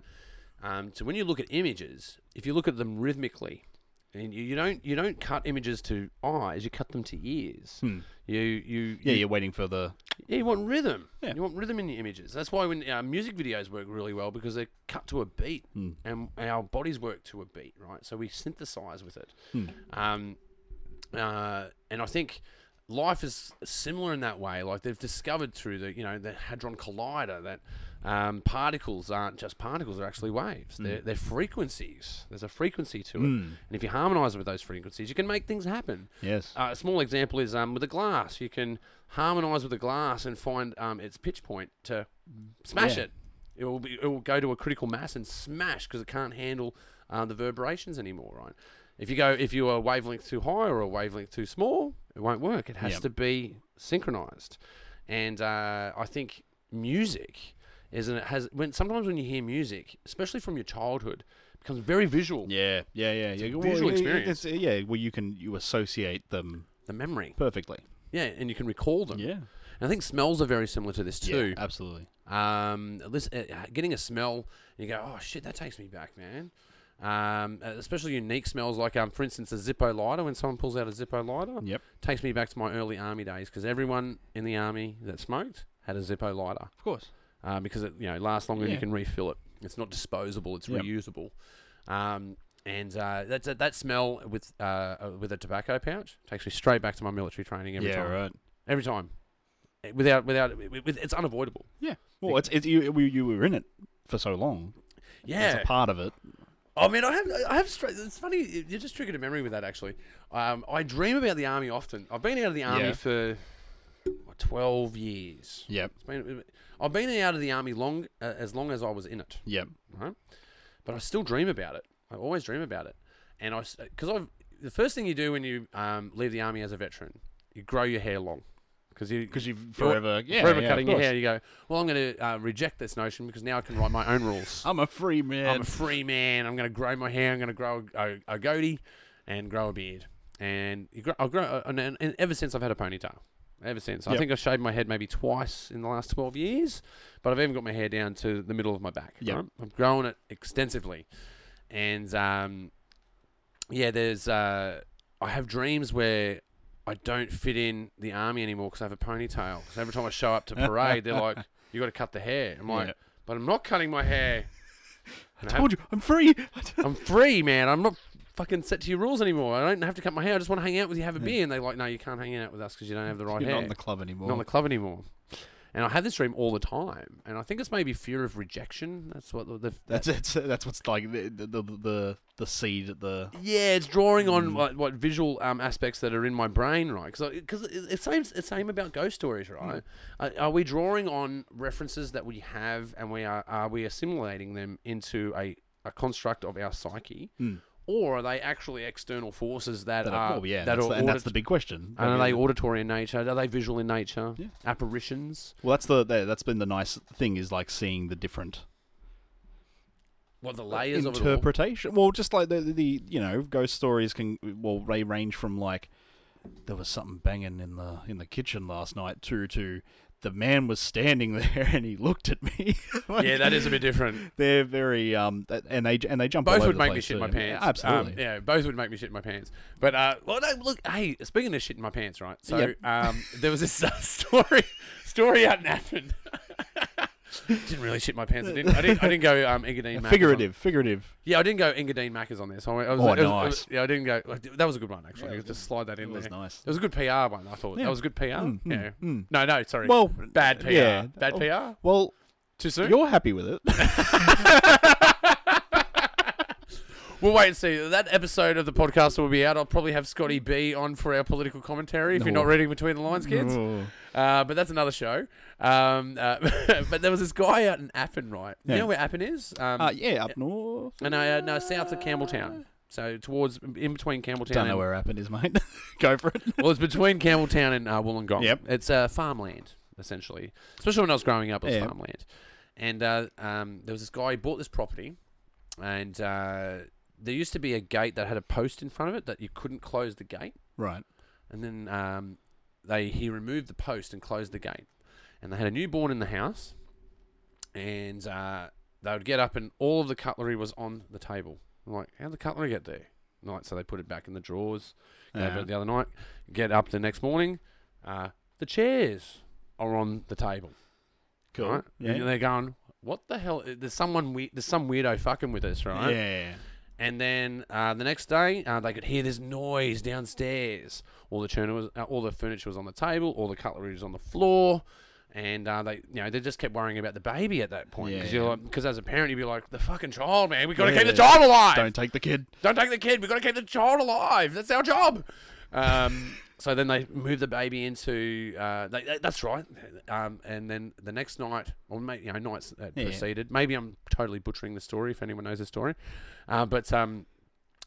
Um, so when you look at images, if you look at them rhythmically, and you, you don't you don't cut images to eyes, you cut them to ears. You you
Yeah, you're waiting for the
Yeah, you want rhythm.
Yeah.
You want rhythm in your images. That's why when uh, music videos work really well because they're cut to a beat, and our bodies work to a beat, right? So we synthesize with it. Um, uh, and I think life is similar in that way. Like they've discovered through the you know the hadron collider that um, particles aren't just particles; they're actually waves. They're, they're frequencies. There's a frequency to it, and if you harmonize it with those frequencies, you can make things happen.
yes.
Uh, a small example is um, with a glass. You can harmonize with a glass and find um, its pitch point to smash
Yeah.
it. It will be. It will go to a critical mass and smash because it can't handle uh, the reverberations anymore. Right. If you go, if you are a wavelength too high or a wavelength too small, it won't work. It has
Yep.
to be synchronized. And uh, I think music is an, has when sometimes when you hear music, especially from your childhood, it becomes very visual.
Yeah, yeah, yeah. yeah.
a
Well,
visual
it- it-
experience.
it's- yeah, where you can you associate them
The memory.
perfectly.
Yeah, and you can recall them.
Yeah,
And I think smells are very similar to this too.
yeah, absolutely.
Um, listen, uh, getting a smell, you go, oh shit, that takes me back, man. Um, uh, especially unique smells like, um, for instance, a Zippo lighter. When someone pulls out a Zippo lighter,
Yep.
takes me back to my early army days because everyone in the army that smoked had a Zippo lighter
Of course.
uh, because it you know lasts longer and you
Yeah.
can refill it. It's not disposable; it's
Yep.
reusable. Um, and uh, that, that that smell with uh, uh, with a tobacco pouch takes me straight back to my military training every
yeah,
time.
right.
Every time, Eh, without without it- it- it's unavoidable.
Yeah. Well, it's, it's you, we- you were in it for so long. It's
Yeah,
a part of it.
I mean, I have, I have. Straight, it's funny. You you just triggered a memory with that. Actually, um, I dream about the army often. I've been out of the army
Yeah.
for what, twelve years.
Yep.
It's been, I've been out of the army long uh, as long as I was in it,
Yep.
right? But I still dream about it. I always dream about it, and I because I've the first thing you do when you um, leave the army as a veteran, you grow your hair long because you
Because you've forever, yeah,
forever
yeah,
cutting
of
your
course.
hair. You go, well, I'm going to uh, reject this notion because now I can write my own rules.
I'm a free man.
I'm a free man. I'm going to grow my hair. I'm going to grow a, a, a goatee and grow a beard. And you grow, I'll grow. uh, And, and, and ever since I've had a ponytail. Ever since. I
Yep.
think I've shaved my head maybe twice in the last 12 years, but I've even got my hair down to the middle of my back.
Yep.
right? I've grown it extensively. And um, yeah, there's. Uh, I have dreams where. I don't fit in the army anymore because I have a ponytail. Because every time I show up to parade, they're like, "You got to cut the hair." I'm like,
Yeah.
"But I'm not cutting my hair." And I have-
told you, I'm free.
I'm free, man. I'm not fucking set to your rules anymore. I don't have to cut my hair. I just want to hang out with you, have a beer. And they're like, no, you can't hang out with us because you don't have the right
You're
hair.
not in the club anymore.
Not in the club anymore. And I have this dream all the time. And I think it's maybe fear of rejection. That's what the. the
that's it. That's what's like the the the, the, the seed at the
yeah, it's drawing on
Mm.
what, what visual um, aspects that are in my brain, right? Because it's same, it's same about ghost stories,
Mm.
right? Are, are we drawing on references that we have and we are, are we assimilating them into a, a construct of our psyche? Or are they actually external forces that,
Mm. that
are
oh yeah,
Uh, that
that's
are
the, and that's
audit-
the big question.
and
I
are they
mean,
auditory in nature? Are they visual in nature?
Yeah.
Apparitions?
well, that's the that- that's been the nice thing is like seeing the different
What the layers of it all?
interpretation. Well, just like the, the the you know ghost stories can well they range from like there was something banging in the in the kitchen last night to to the man was standing there and he looked at me. Like,
Yeah, that is a bit different.
They're very um that- and they and they jump. all
Both
over
would
the
make me
place,
shit
too.
my
I mean,
pants.
Absolutely.
Um, yeah, both would make me shit my pants. But uh, well, no, look, hey, speaking of shit in my pants, right? So
Yep.
um, there was this uh, story story out in Athens. didn't really shit my pants. I didn't. I didn't, I didn't go um, Engadine. Maccas on-
Figurative, figurative.
Yeah, I didn't go Engadine Maccas on this. I went- I was,
Oh,
it was- it was-
nice.
yeah, I didn't go. That was a good one actually.
Yeah,
Just slide that in there.
nice.
It was a good PR one. I thought
Yeah.
that was a good PR.
Mm,
yeah.
mm, mm.
No, no, sorry.
Well,
bad PR.
yeah.
Bad
Oh.
PR.
Well,
Too soon.
you're happy with it.
We'll wait and see. That episode of the podcast will be out. I'll probably have Scotty B on for our political commentary if you're
No.
not reading between the lines, kids.
Oh.
Uh, but that's another show. Um, uh, but there was this guy out in Appen, right? You
Yeah.
know where Appen is? Um,
Uh, yeah, up north.
and I uh, no south of Campbelltown. So towards in between Campbelltown.
Don't know
and-
where Appen is, mate. Go for it.
well, it's between Campbelltown and uh, Wollongong.
Yep.
It's uh, farmland, essentially. Especially when I was growing up, it was
Yeah.
farmland. And uh, um, there was this guy who bought this property, and uh, there used to be a gate that had a post in front of it that you couldn't close the gate.
Right.
And then um, they he removed the post and closed the gate. And they had a newborn in the house, and uh, they would get up, and all of the cutlery was on the table. I'm like, how'd the cutlery get there? Like, so they put it back in the drawers yeah.
Yeah.
the other night. Get up the next morning, uh, the chairs are on the table.
Cool.
right?
Yeah.
And they're going, "What the hell? There's someone we- there's some weirdo fucking with us, right?"
Yeah.
And then uh, the next day, uh, they could hear this noise downstairs. All the churn was, uh, all the furniture was on the table, all the cutlery was on the floor, and uh, they, you know, they just kept worrying about the baby at that point. Because
Yeah.
as a parent, you'd be like, "The fucking child, man. We got to keep the
Yeah.
child alive."
Don't take the kid.
Don't take the kid. We've got to keep the child alive. That's our job. Um, so then they move the baby into. Uh, they, they- that's right. Um, and then the next night, or maybe you know, nights that
Yeah.
preceded. Maybe I'm totally butchering the story. If anyone knows the story, uh, but um,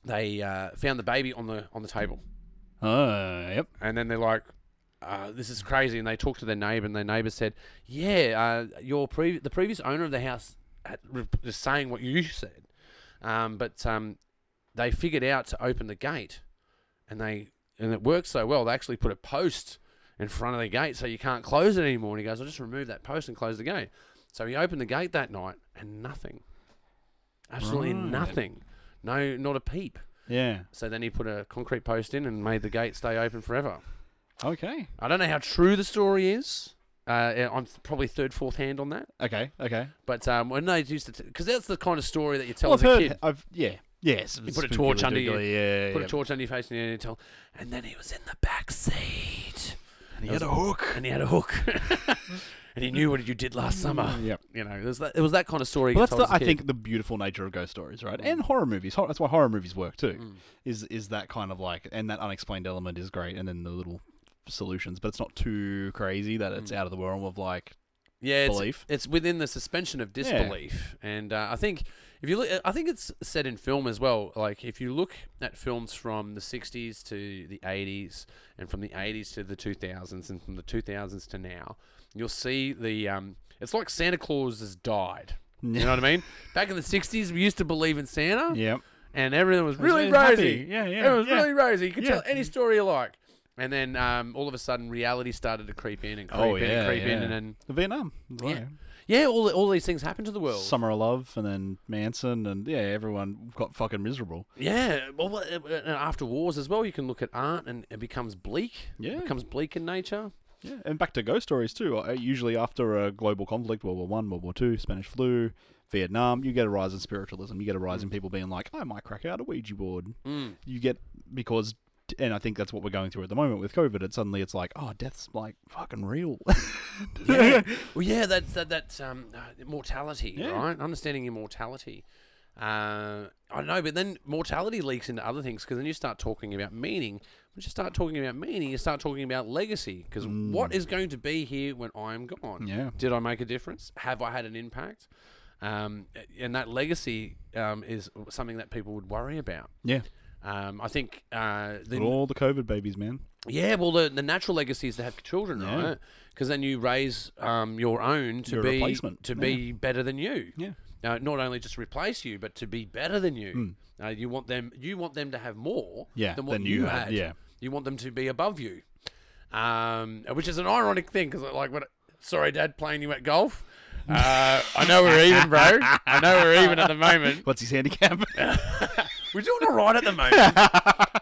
they uh, found the baby on the on the table,
Uh, yep.
and then they're like. Uh, this is crazy, and they talked to their neighbor, and their neighbor said, "Yeah, uh, your pre- the previous owner of the house had re- was saying what you said, um, but um, they figured out to open the gate, and they and it worked so well they actually put a post in front of the gate so you can't close it anymore. And he goes, I'll just remove that post and close the gate. So he opened the gate that night, and nothing, absolutely
Right.
nothing, no, not a peep.
Yeah.
So then he put a concrete post in and made the gate stay open forever.
Okay.
I don't know how true the story is. Uh, yeah, I'm th- probably third, fourth hand on that.
Okay. Okay.
But um, when they used to, because that's the kind of story that you tell
Well,
as
I've
a
heard.
kid.
I've yeah. Yes.
put a torch under
you.
your-
Yeah.
Put
yeah.
a torch under your face and you tell. And then he was in the back seat,
And he had a hook.
and he had a hook, and he knew what you did last summer.
Yep.
You know, it was that, it was that kind of story. you
Well, Mm, that's
told as
the,
a
I
kid.
think the beautiful nature of ghost stories, right? And
Mm.
horror movies. Hor- that's why horror movies work too.
Mm.
Is is that kind of like and that unexplained element is great, and then the little solutions, but it's not too crazy that it's
Mm.
out of the realm of like
yeah, it's,
belief.
it's within the suspension of disbelief, and uh, I think if you look, I think it's set in film as well. Like if you look at films from the '60s to the '80s, and from the '80s to the 2000s, and from the 2000s to now, you'll see the. Um, it's like Santa Claus has died. You know what I mean? Back in the '60s, we used to believe in Santa,
Yep.
and everything was really
happy.
rosy.
Yeah, yeah,
Everything was
yeah.
really rosy. You could
Yeah.
tell any story you like. And then um, all of a sudden, reality started to creep in and creep
Oh,
in
yeah,
and creep in,
yeah.
and then
Vietnam.
Yeah. yeah, all all these things happen to the world.
Summer of Love, and then Manson, and yeah, everyone got fucking miserable.
Yeah, well, well, uh, uh, after wars as well, you can look at art and it becomes bleak.
Yeah.
it becomes bleak in nature.
Yeah, and back to ghost stories too. Uh, Usually after a global conflict, World War One, World War Two, Spanish flu, Vietnam, you get a rise in spiritualism. You get a rise in people being like, I might crack out a Ouija board.
Mm.
You get because, and I think that's what we're going through at the moment with COVID. It suddenly it's like, oh, death's like fucking real.
Yeah. well, yeah, that that that um, uh, mortality,
Yeah.
right? Understanding immortality. Uh, I know, but then mortality leaks into other things because then you start talking about meaning. Once you start talking about meaning, you start talking about legacy because what is going to be here when I'm gone?
yeah.
Did I make a difference? Have I had an impact? Um, and that legacy um, is something that people would worry about.
Yeah.
Um, I think uh,
But
the,
all the COVID babies, man.
yeah, well, the, the natural legacy is to have children,
Yeah.
right? Because then you raise um, your own to
Your
be
replacement,
to
yeah.
be better than you.
Yeah.
Uh, not only just replace you, but to be better than you. Uh, you want them. You want them to have more.
Mm. Yeah,
Than what
than
you,
you
had.
had, yeah.
You want them to be above you. Um, which is an ironic thing because like when sorry, Dad, playing you at golf. Uh, I know we're even, bro. I know we're even at the moment.
What's his handicap?
We're doing all right at the moment.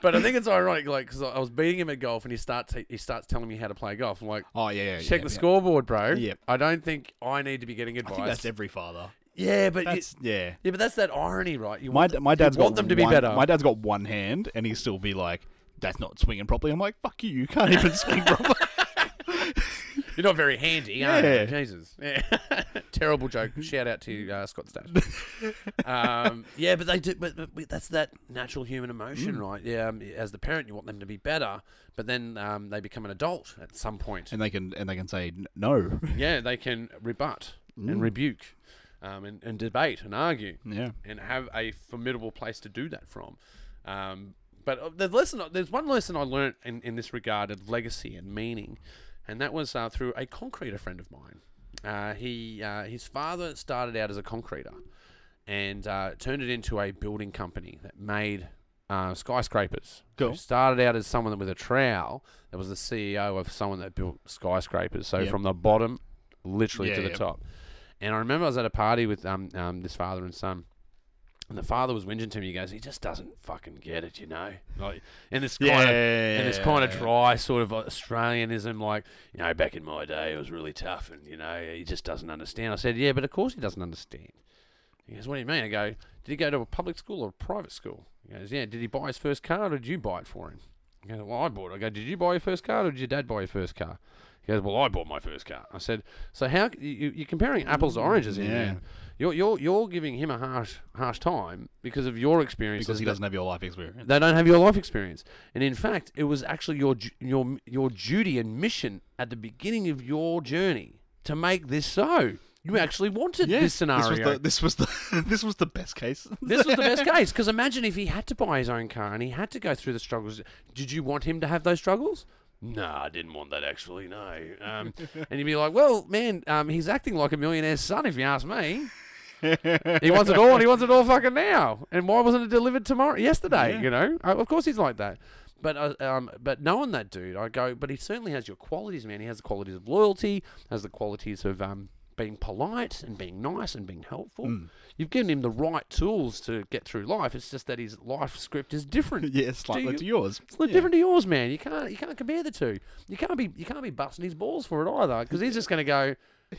but I think it's ironic, like, because I was beating him at golf, and he starts he starts telling me how to play golf. I'm like,
oh yeah, yeah.
check
yeah,
the
yeah.
scoreboard, bro.
Yep.
I don't think I need to be getting
I
advice.
think that's every father.
yeah, but
That's
you-
yeah.
yeah, but that's that irony, right? You
My
want,
d-
th-
my
you
dad's
want
got
them to be
one-
better.
My dad's got one hand, and he still be like, "That's not swinging properly." I'm like, "Fuck you! You can't even swing properly."
You're not very handy, are
Yeah.
you? Jesus. Yeah. Terrible joke. Shout out to uh, Scott Stash. um, yeah, but they do. But, but we- that's that natural human emotion,
Mm.
right? Yeah. um, as the parent, you want them to be better, but then um, they become an adult at some point.
and they can and they can say "N- no.
yeah, they can rebut and rebuke um, and, and debate and argue
Yeah.
and have a formidable place to do that from. Um, but uh, the lesson, there's one lesson I learnt in, in this regard of legacy and meaning, and that was uh, through a concreter friend of mine. Uh, he uh, his father started out as a concreter, and uh, turned it into a building company that made uh, skyscrapers. So
Cool.
he started out as someone that- with a trowel that was the CEO of someone that built skyscrapers. So
Yep.
from the bottom, literally to
Yeah,
the
yep.
top. And I remember I was at a party with um, um, this father and son. And the father was whinging to me. He goes, he just doesn't fucking get it, you know. Like, and this kind of and this kind of dry sort of Australianism, like you know, back in my day, it was really tough, and you know, he just doesn't understand. I said, yeah, but of course he doesn't understand. He goes, what do you mean? I go, did he go to a public school or a private school? He goes, yeah. Did he buy his first car, or did you buy it for him? I go, well, I bought it. I go, did you buy your first car or did your dad buy your first car? He goes, well, I bought my first car. I said, so how c- you, you're comparing apples to oranges here,
Mm, yeah.
man. You're, you're, you're giving him a harsh harsh time because of your experiences.
because he
that-
doesn't have your life experience.
They don't have your life experience, and in fact, it was actually your ju- your your duty and mission at the beginning of your journey to make this so. You actually wanted this scenario.
This was the this was the, this was the best case.
This was the best case because imagine if he had to buy his own car and he had to go through the struggles. Did you want him to have those struggles? No, I didn't want that actually. No, um, and you'd be like, "Well, man, um, he's acting like a millionaire's son, if you ask me. He wants it all, and he wants it all fucking now. And why wasn't it delivered tomorrow, yesterday?
Yeah.
You know, Uh, of course he's like that. But uh, um, but knowing that dude, I go, but he certainly has your qualities, man. He has the qualities of loyalty, has the qualities of um, being polite and being nice and being helpful.
Mm.
You've given him the right tools to get through life. It's just that his life script is different.
yeah, slightly
you-
to yours.
It's li-
Yeah.
different to yours, man. You can't you can't compare the two. You can't be you can't be busting his balls for it either, because he's just going to go,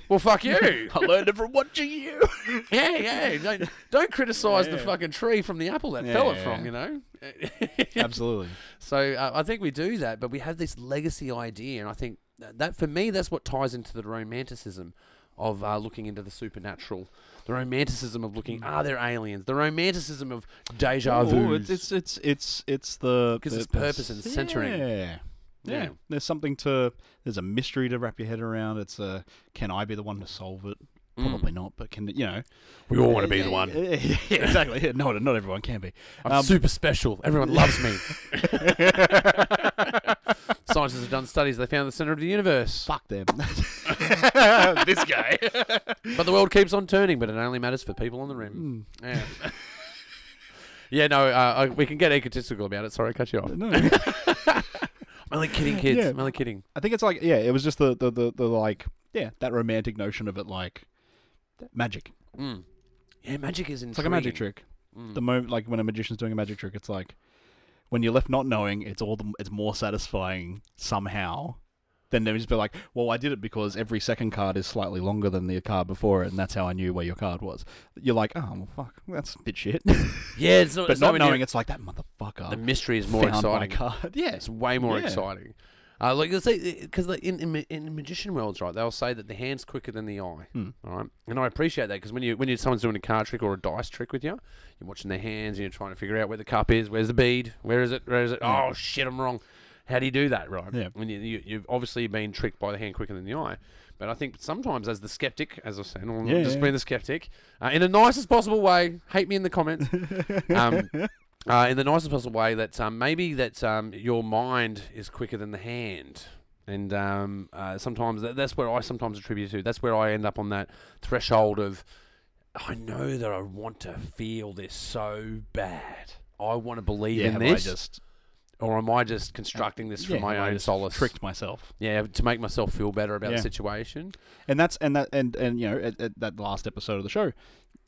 well, fuck you.
I learned it from watching you.
yeah, yeah. Don't, don't criticize the fucking tree from the apple that fell it
Yeah.
from. You know.
Absolutely.
So uh, I think we do that, but we have this legacy idea, and I think tha- that for me, that's what ties into the romanticism of uh, looking into the supernatural, the romanticism of looking are there aliens, the romanticism of deja
Mm. Ooh,
vu.
it's it's it's it's it's the
'Cause
the-
it's
the-
purpose and centering.
Yeah. Yeah.
Yeah.
there's something to. There's a mystery to wrap your head around. It's a can I be the one to solve it? Probably not, but can you know?
we all want to Mm. be the one.
yeah, exactly. Yeah, no, not everyone can be.
I'm super special. Everyone loves me. Scientists have done studies. They found the center of the universe.
Fuck them.
this guy. but the world keeps on turning, but it only matters for people on the rim.
Hmm.
Yeah. yeah, no, uh, I, we can get egotistical about it. Sorry, I cut you off.
no,
I'm only kidding, kids.
Yeah.
I'm only kidding.
I think it's like yeah, it was just the the, the the like yeah that romantic notion of it like magic.
Mm. Yeah, magic is intriguing. Hmm.
It's like a magic trick. The moment like when a magician's doing a magic trick, it's like when you're left not knowing, it's all the it's more satisfying somehow. than they just be like, well, I did it because every second card is slightly longer than the card before it, and that's how I knew where your card was. You're like, oh, well, fuck, that's a bit shit.
Yeah, it's not,
but
it's
not
even-
knowing, it's like that
the
motherfucker
mystery is more
found my
exciting.
card. Yeah,
It's way more
Yeah.
exciting. Uh, like you say, because in, in ma- in magician worlds, right, they'll say that the hand's quicker than the eye.
Hmm.
All right, and I appreciate that because when you when you someone's doing a card trick or a dice trick with you, you're watching their hands and you're trying to figure out where the cup is, where's the bead, where is it, where is it? Oh shit, I'm wrong. How do you do that, right?
Hmm. Yeah.
When you, you you've obviously been tricked by the hand quicker than the eye, but I think sometimes as the skeptic, as I said, and
Yeah,
I'm just
yeah.
being the skeptic, uh, in the nicest possible way, hate me in the comments. um, uh, in the nicest possible way that um, maybe that um, your mind is quicker than the hand. And um, uh, sometimes that, that's where I sometimes attribute it to. That's where I end up on that threshold of, I know that I want to feel this so bad. I want to believe
yeah.
in
have
this,
I just
or am I just constructing this for
yeah, have
my
I
own
just
solace?
tricked myself.
Yeah, to make myself feel better about
Yeah.
the situation.
and that's and that and and you know at, at that last episode of the show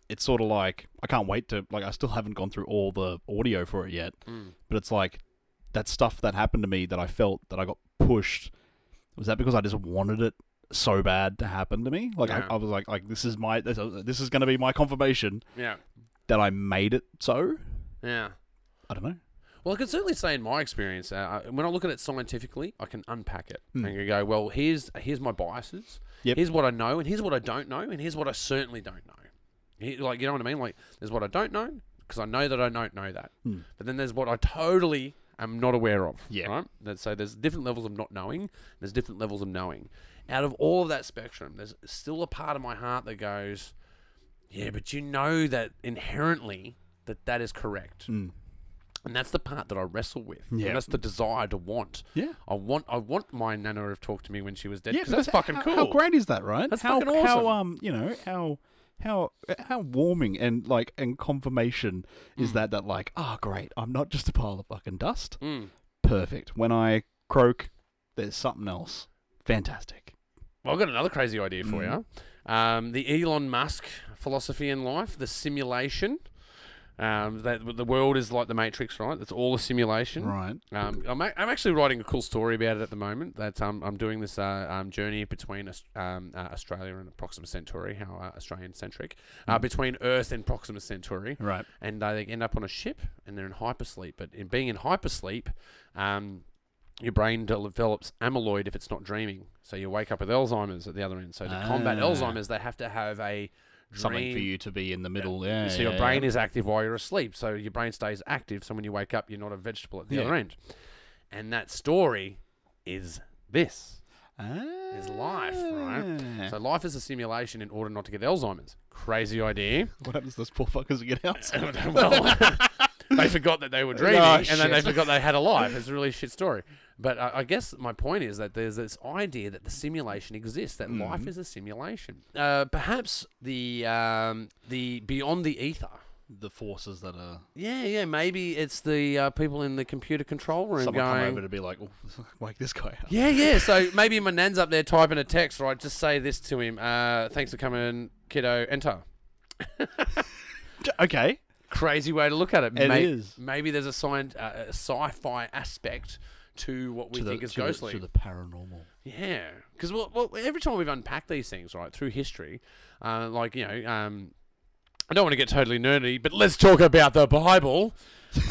it's sort of like i can't wait to like i still haven't gone through all the audio for it yet
Mm.
but it's like that stuff that happened to me that i felt that i got pushed was that because i just wanted it so bad to happen to me like
Yeah.
I, I was like like this is my this, this is going to be my confirmation
Yeah,
that i made it so
yeah.
i don't know
Well, I can certainly say in my experience, uh, I- when I look at it scientifically, I can unpack it and I can go, well, here's here's my biases,
Hmm. Yep.
here's what I know, and here's what I don't know, and here's what I certainly don't know. He- like you know what I mean? Like there's what I don't know because I know that I don't know that, but then there's what I totally am not aware of.
Hmm. Yeah.
Right. That, so there's different levels of not knowing. There's different levels of knowing. Out of all of that spectrum, there's still a part of my heart that goes, yeah, but you know that inherently that that is correct. And that's the part that I wrestle with.
Mm. Yeah.
And that's the desire to want.
Yeah.
I want I want my nana to have talked to me when she was dead. 'cause
but
that's
how-
fucking
how-
cool.
How great is that, right?
That's
how,
fucking awesome.
How um, you know, how how how warming and like and confirmation is that that like, ah, great, I'm not just a pile of fucking dust.
Mm.
Perfect. When I croak, there's something else. Fantastic.
Well, I've got another crazy idea for
Mm.
you. Um, the Elon Musk philosophy in life, the simulation. Um, that the world is like the Matrix, right? It's all a simulation.
Right.
Um, I'm, ac- I'm actually writing a cool story about it at the moment. That um, I'm doing this uh, um, journey between Aus- um, uh, Australia and Proxima Centauri, how uh, Australian centric, uh,
Mm.
between Earth and Proxima Centauri,
Right.
and uh, they end up on a ship and they're in hypersleep. But in being in hypersleep, um, your brain develops amyloid if it's not dreaming. So you wake up with Alzheimer's at the other end. So to combat
Ah.
Alzheimer's, they have to have a dream.
Something for you to be in the middle. Yeah.
so your brain is active while you're asleep. So your brain stays active. So when you wake up, you're not a vegetable at the
Yeah.
other end. And that story is this.
is
life,
Ah.
right? So life is a simulation in order not to get Alzheimer's. Crazy idea.
What happens to those poor fuckers who get out?
well, they forgot that they were dreaming,
Oh,
and then they
shit.
forgot they had a life. It's a really shit story. But I, I guess my point is that there's this idea that the simulation exists, that
Mm.
life is a simulation. Uh, perhaps the um, the beyond the ether.
The forces that uh, are
Yeah, yeah. Maybe it's the uh, people in the computer control room
someone
going.
come over to be like, oh, wake this guy up.
Yeah, yeah. So maybe my nan's up there typing a text, right? Just say this to him. Uh, thanks for coming, kiddo. Enter.
Okay.
crazy way to look at it.
It
May-
is.
Maybe there's a, sci- uh, a sci-fi aspect to what we
To the-
think is
to the-
ghostly.
to the paranormal.
Yeah, because well, well, every time we've unpacked these things, right, through history, uh, like you know, um, I don't want to get totally nerdy, but let's talk about the Bible.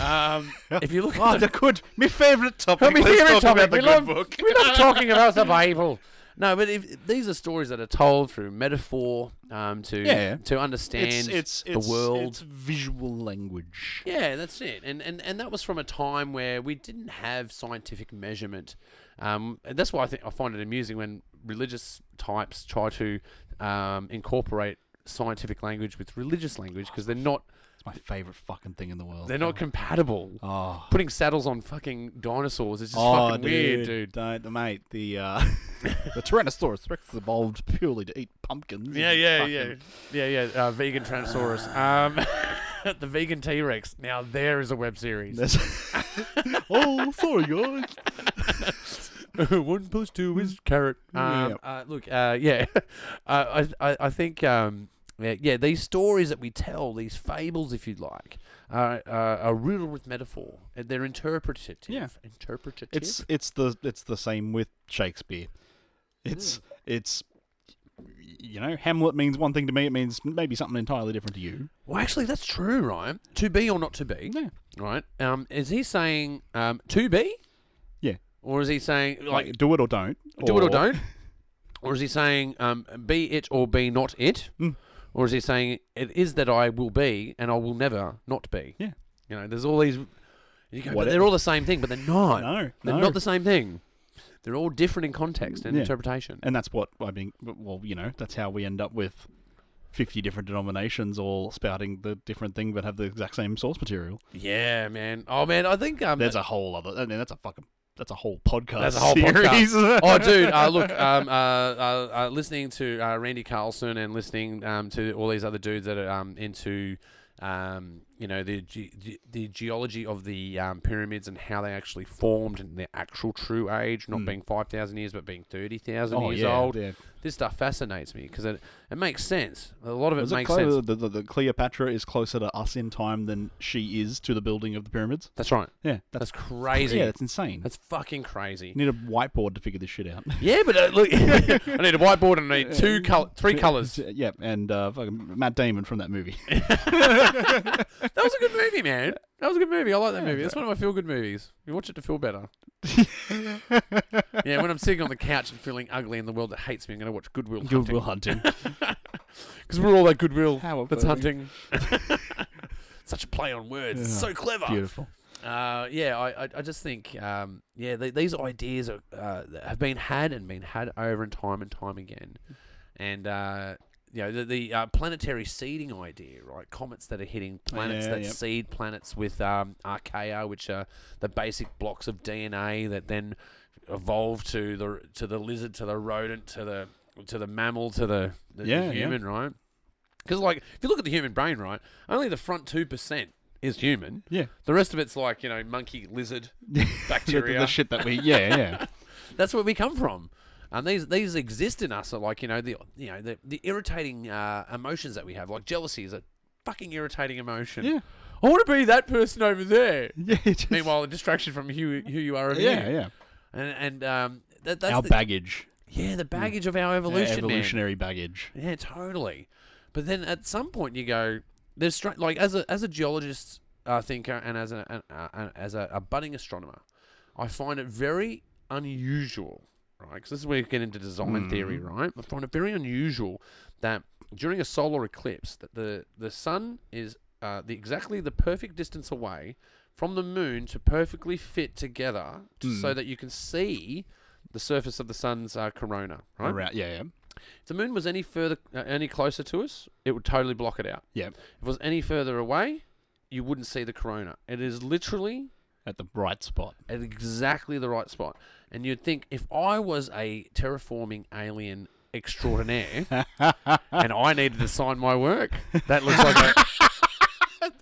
Um, if you look
Oh,
at the,
the good. My favourite topic.
Well, my
Let's
favourite
talk
topic.
about the
We
good
love,
book.
we love talking about the Bible. No, but if, these are stories that are told through metaphor um, to
Yeah.
to understand
It's, it's,
the world.
It's visual language.
Yeah, that's it. And, and and that was from a time where we didn't have scientific measurement. Um, and that's why I think I find it amusing when religious types try to um, incorporate scientific language with religious language because they're not
It's my favourite fucking thing in the world.
they're not compatible.
Oh.
Putting saddles on fucking dinosaurs is just
Oh,
fucking
dude,
weird, dude.
Don't, mate. The uh, the Tyrannosaurus Rex evolved purely to eat pumpkins.
Yeah,
and
yeah,
fucking-
yeah, yeah, yeah. Uh, vegan Tyrannosaurus. Um, the vegan T Rex. Now there is a web series.
That's- oh, sorry guys.
One plus two is carrot. Hmm. Um, uh, look, uh, yeah, uh, I, I, I think, um, yeah, yeah, these stories that we tell, these fables, if you like, are, uh, are, are riddled with metaphor. Uh, They're interpretative.
Yeah.
interpretative.
It's it's the it's the same with Shakespeare.
Hmm.
It's it's you know Hamlet means one thing to me. It means maybe something entirely different to you.
well, actually, that's true, Ryan. To be or not to be,
Yeah.
right? Um, is he saying um, to be?
Yeah.
Or is he saying
Like,
like
do it or don't.
do it or don't? Or is he saying um, be it or be not it?
Mm.
Or is he saying it is that I will be and I will never not be?
Yeah.
You know, there's all these. You go, but
Whatever.
they're all the same thing, but they're not.
No,
they're
no.
not the same thing. They're all different in context and
Yeah. Uh,
interpretation.
And that's what I mean. Well, you know, that's how we end up with fifty different denominations all spouting the different thing, but have the exact same source material.
Yeah, man. Oh, man. I think um,
There's a whole other. I mean, that's a fucking. That's a whole podcast.
That's a whole
series.
podcast. oh, dude, uh, look, um, uh, uh, uh, listening to uh, Randy Carlson and listening um, to all these other dudes that are um, into, um, you know, the ge- ge- the geology of the um, pyramids and how they actually formed and their actual true age, not
Mm.
being five thousand years, but being thirty thousand
Oh,
years
yeah,
old.
yeah.
This stuff fascinates me because it, it makes sense. A lot of it
Was
makes
clo-
sense.
The, the, the Cleopatra is closer to us in time than she is to the building of the pyramids.
That's right.
Yeah,
That's
that's,
crazy.
yeah, that's insane.
that's fucking crazy.
you need a whiteboard to figure this shit out.
Yeah, but uh, look, I need a whiteboard and I need two color, three colors.
yeah, and uh, fucking Matt Damon from that movie.
That was a good movie, man. That was a good movie. I like that movie. That's one of my feel good movies. You watch it to feel better. yeah, when I'm sitting on the couch and feeling ugly and the world that hates me, I'm going to watch Goodwill
Good Will
Hunting.
Hunting.
Because we're all that Goodwill
How
that's
affirming.
hunting. Such a play on words. It's
Yeah.
so clever.
Beautiful.
Uh, yeah, I, I, I just think, um, yeah, th these ideas are, uh, have been had and been had over and time and time again. And, uh, you know, the, the uh, planetary seeding idea, right? Comets that are hitting planets
Oh, yeah,
that
yep.
seed planets with um, archaea, which are the basic blocks of DNA that then evolve to the to the lizard, to the rodent, to the to the mammal, to the, the
Yeah, yeah.
human, right? Because, like, if you look at the human brain, right, only the front 2% is human.
Yeah.
The rest of it's like, you know, monkey, lizard,
The, the-
bacteria.
the shit that we. Yeah, yeah.
That's where we come from. And these these exist in us are like, you know, the you know, the, the irritating uh, emotions that we have, like jealousy is a fucking irritating emotion.
Yeah.
I want to be that person over there.
yeah, just-
Meanwhile, a distraction from who who you are over
yeah,
here.
yeah.
And and um that, that's
Our Mm.
the,
baggage.
yeah, the baggage of our
Yeah,
evolution. man.
evolutionary baggage.
Yeah, totally. But then at some point you go, there's stra- like as a as a geologist uh, thinker and as a, an, uh, an- as a, a budding astronomer, I find it very unusual, right? Because this is where you get into design theory, right? I find it very unusual that during a solar eclipse, that the the sun is uh, the exactly the perfect distance away from the moon to perfectly fit together, to, so that you can see the surface of the sun's uh, corona, right?
Around, yeah, yeah,
If the moon was any further, uh, any closer to us, it would totally block it out.
yeah.
If it was any further away, you wouldn't see the corona. It is literally
At the bright spot.
at exactly the right spot. And you'd think if I was a terraforming alien extraordinaire and I needed to sign my work, that looks like a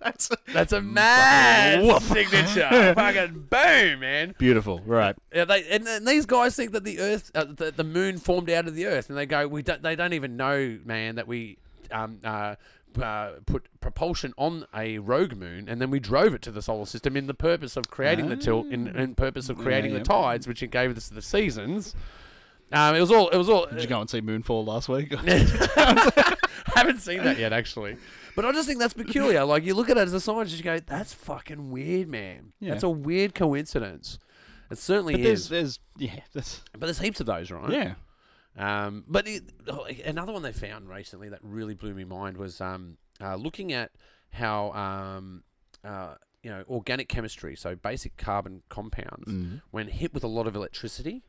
That's
that's a mad
Woof.
signature. Fucking boom, man.
beautiful. Right.
Yeah, they and, and these guys think that the Earth, uh, the, the moon formed out of the Earth, and they go, we don't, they don't even know, man, that we um, uh, uh, put propulsion on a rogue moon, and then we drove it to the solar system in the purpose of creating the tilt, in, in purpose of creating
Ah. yeah.
the tides, which it gave us the seasons. Um, it was all, it was all.
Did you go and see Moonfall last week?
haven't seen that yet, actually. But I just think that's peculiar. Like you look at it as a scientist, you go, "That's fucking weird, man.
Yeah.
That's a weird coincidence." It certainly is.
there's, there's, yeah, that's,
But there's heaps of those, right?
yeah.
Um, but it, oh, another one they found recently that really blew me mind was um, uh, looking at how um, uh, you know organic chemistry, so basic carbon compounds,
Mm.
when hit with a lot of electricity,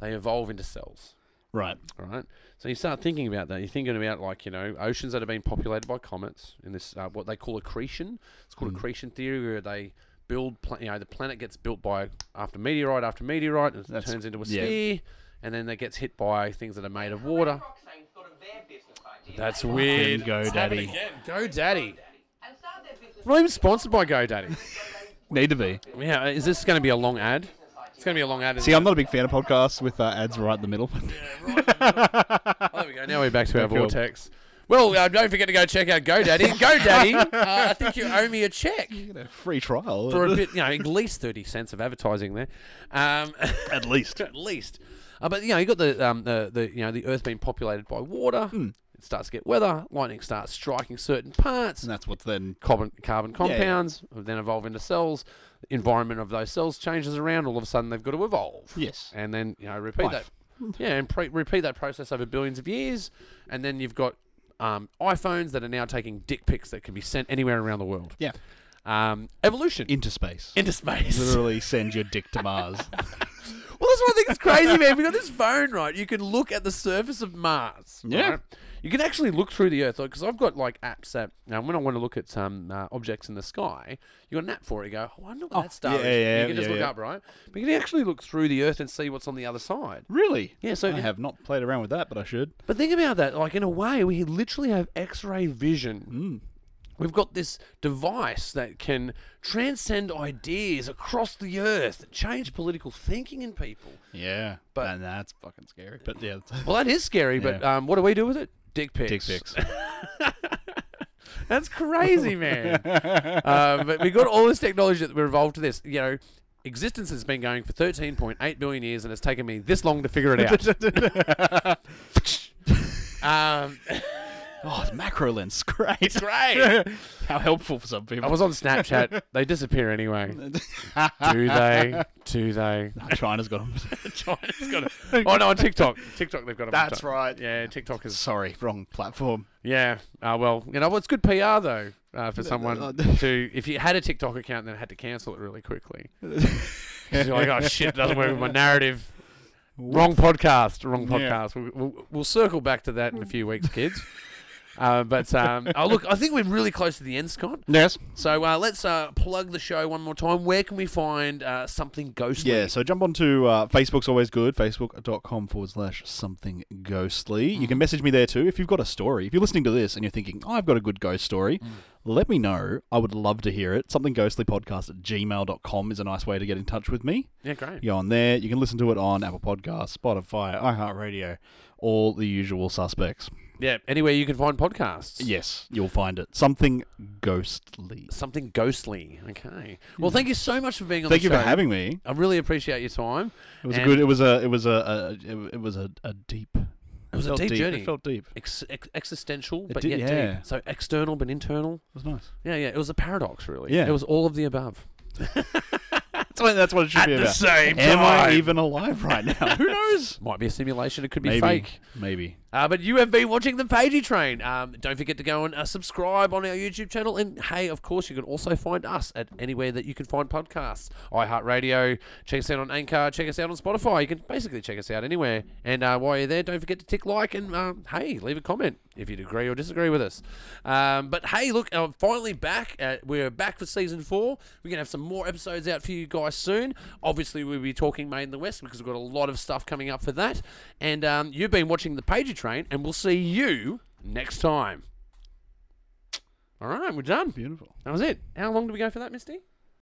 they evolve into cells.
Right.
All right. So you start thinking about that. You're thinking about like you know oceans that have been populated by comets in this uh, what they call accretion. It's
Mm.
called accretion theory, where they build pla- you know the planet gets built by after meteorite after meteorite and it
That's-
turns into a
yeah.
sphere, and then it gets hit by things that are made of water.
Roxane's got a their business idea.
That's weird.
go,
It's happening
daddy.
again. GoDaddy.
And start their business
We're not even sponsored by GoDaddy.
Need to be.
yeah. uh, Is this going to be a long ad? It's going to be a long ad.
See, I'm not a big fan of podcasts with uh, ads right in the middle.
Oh, there we go. Now we're back to our
Cool.
vortex. Well, uh, don't forget to go check out GoDaddy. GoDaddy, uh, I think you owe me a check
Free trial.
for a bit, you know, at least 30 cents of advertising there. Um,
At least.
at least. Uh, but, you know, you got the, um, the, the, you know, the Earth being populated by water.
Hmm.
It starts to get weather. Lightning starts striking certain parts.
And that's what's then.
Carbon, carbon
yeah.
compounds then evolve into cells. The environment of those cells changes around. All of a sudden, they've got to evolve
Yes.
and then you know repeat
Life.
that yeah and pre- repeat that process over billions of years and then you've got um, iphones that are now taking dick pics that can be sent anywhere around the world
Yeah.
um, evolution
Into space.
into space
Literally send your dick to Mars.
well that's what i think is crazy man we got this phone right you can look at the surface of mars
Yeah.
right? you can actually look through the earth because i've got like apps that now when i want to look at some uh, objects in the sky you got an app for it you go oh, i know what that star
yeah,
is
yeah,
you can just
yeah,
look
yeah.
up right but you can actually look through the earth and see what's on the other side
really?
yeah so
I
in-
have not played around with that, but I should.
But think about that. Like in a way, we literally have X-ray vision.
Mm.
We've got this device that can transcend ideas across the earth, change political thinking in people.
Yeah.
But-
But and that's fucking scary. But yeah. it's-
Well, that is scary. But um, what do we do with it? Dick pics.
Dick pics.
That's crazy, man. um, but we got all this technology that we're involved to this. You know, existence has been going for 13.8 billion years, and it's taken me this long to figure it out. um,
oh, the macro lens. Great. It's
great.
How helpful for some people.
I was on Snapchat. They disappear anyway. Do they? Do they?
China's got them.
China's got a, oh no, on TikTok. TikTok, they've got a.
That's right.
Yeah, TikTok is.
Sorry, wrong platform.
Yeah. Uh, well, you know, well, it's good PR though uh, for someone
Oh, no.
to if you had a TikTok account and then had to cancel it really quickly. 'Cause you're like, oh shit, it doesn't work with my narrative. Wrong podcast. Wrong
Yeah.
podcast. We'll, we'll, we'll circle back to that in a few weeks, kids. Uh, but um, oh, look, I think we're really close to the end, Scott.
Yes.
So uh, let's uh, plug the show one more time. Where can we find uh, something ghostly?
Yeah, so jump onto uh, Facebook's always good, facebook.com forward slash something ghostly. You can message me there too. If you've got a story, if you're listening to this and you're thinking, I've got a good ghost story, let me know. I would love to hear it. Something ghostly podcast at gmail.com is a nice way to get in touch with me.
Yeah, great.
You go on there. You can listen to it on Apple Podcasts, Spotify, iHeartRadio, all the usual suspects.
Yeah, anywhere you can find podcasts.
Yes, you'll find it. Something ghostly.
Something ghostly. Okay. Well, thank you so much for being on
Thank
the
you
show.
for having me.
I really appreciate your time.
It was a
And
good. It was a. It was a. a it, it was a, a deep. It
was a
felt
deep journey.
It felt deep.
Ex- ex- existential,
It
but yet
did- yeah.
deep. So external, but internal.
It was nice.
Yeah, yeah. It was a paradox, really.
Yeah.
It was all of the above.
what that's what it should
At
be
the
about.
same
Am I
time.
even alive right now? Who knows?
Might be a simulation. It could be
Maybe.
fake.
Maybe.
Uh, but you have been watching the Pagey Train. Um, don't forget to go and uh, subscribe on our YouTube channel. And hey, of course, you can also find us at anywhere that you can find podcasts. iHeartRadio. Check us out on Anchor. Check us out on Spotify. You can basically check us out anywhere. And uh, while you're there, don't forget to tick like and um, hey, leave a comment if you agree or disagree with us. Um, but hey, look, I'm finally back. At, we're back for season four. We're gonna have some more episodes out for you guys soon. Obviously, we'll be talking Maine the West because we've got a lot of stuff coming up for that. And um, you've been watching the Pager Train, and we'll see you next time. All right, we're done.
Beautiful.
That was it. How long do we go for that, Misty?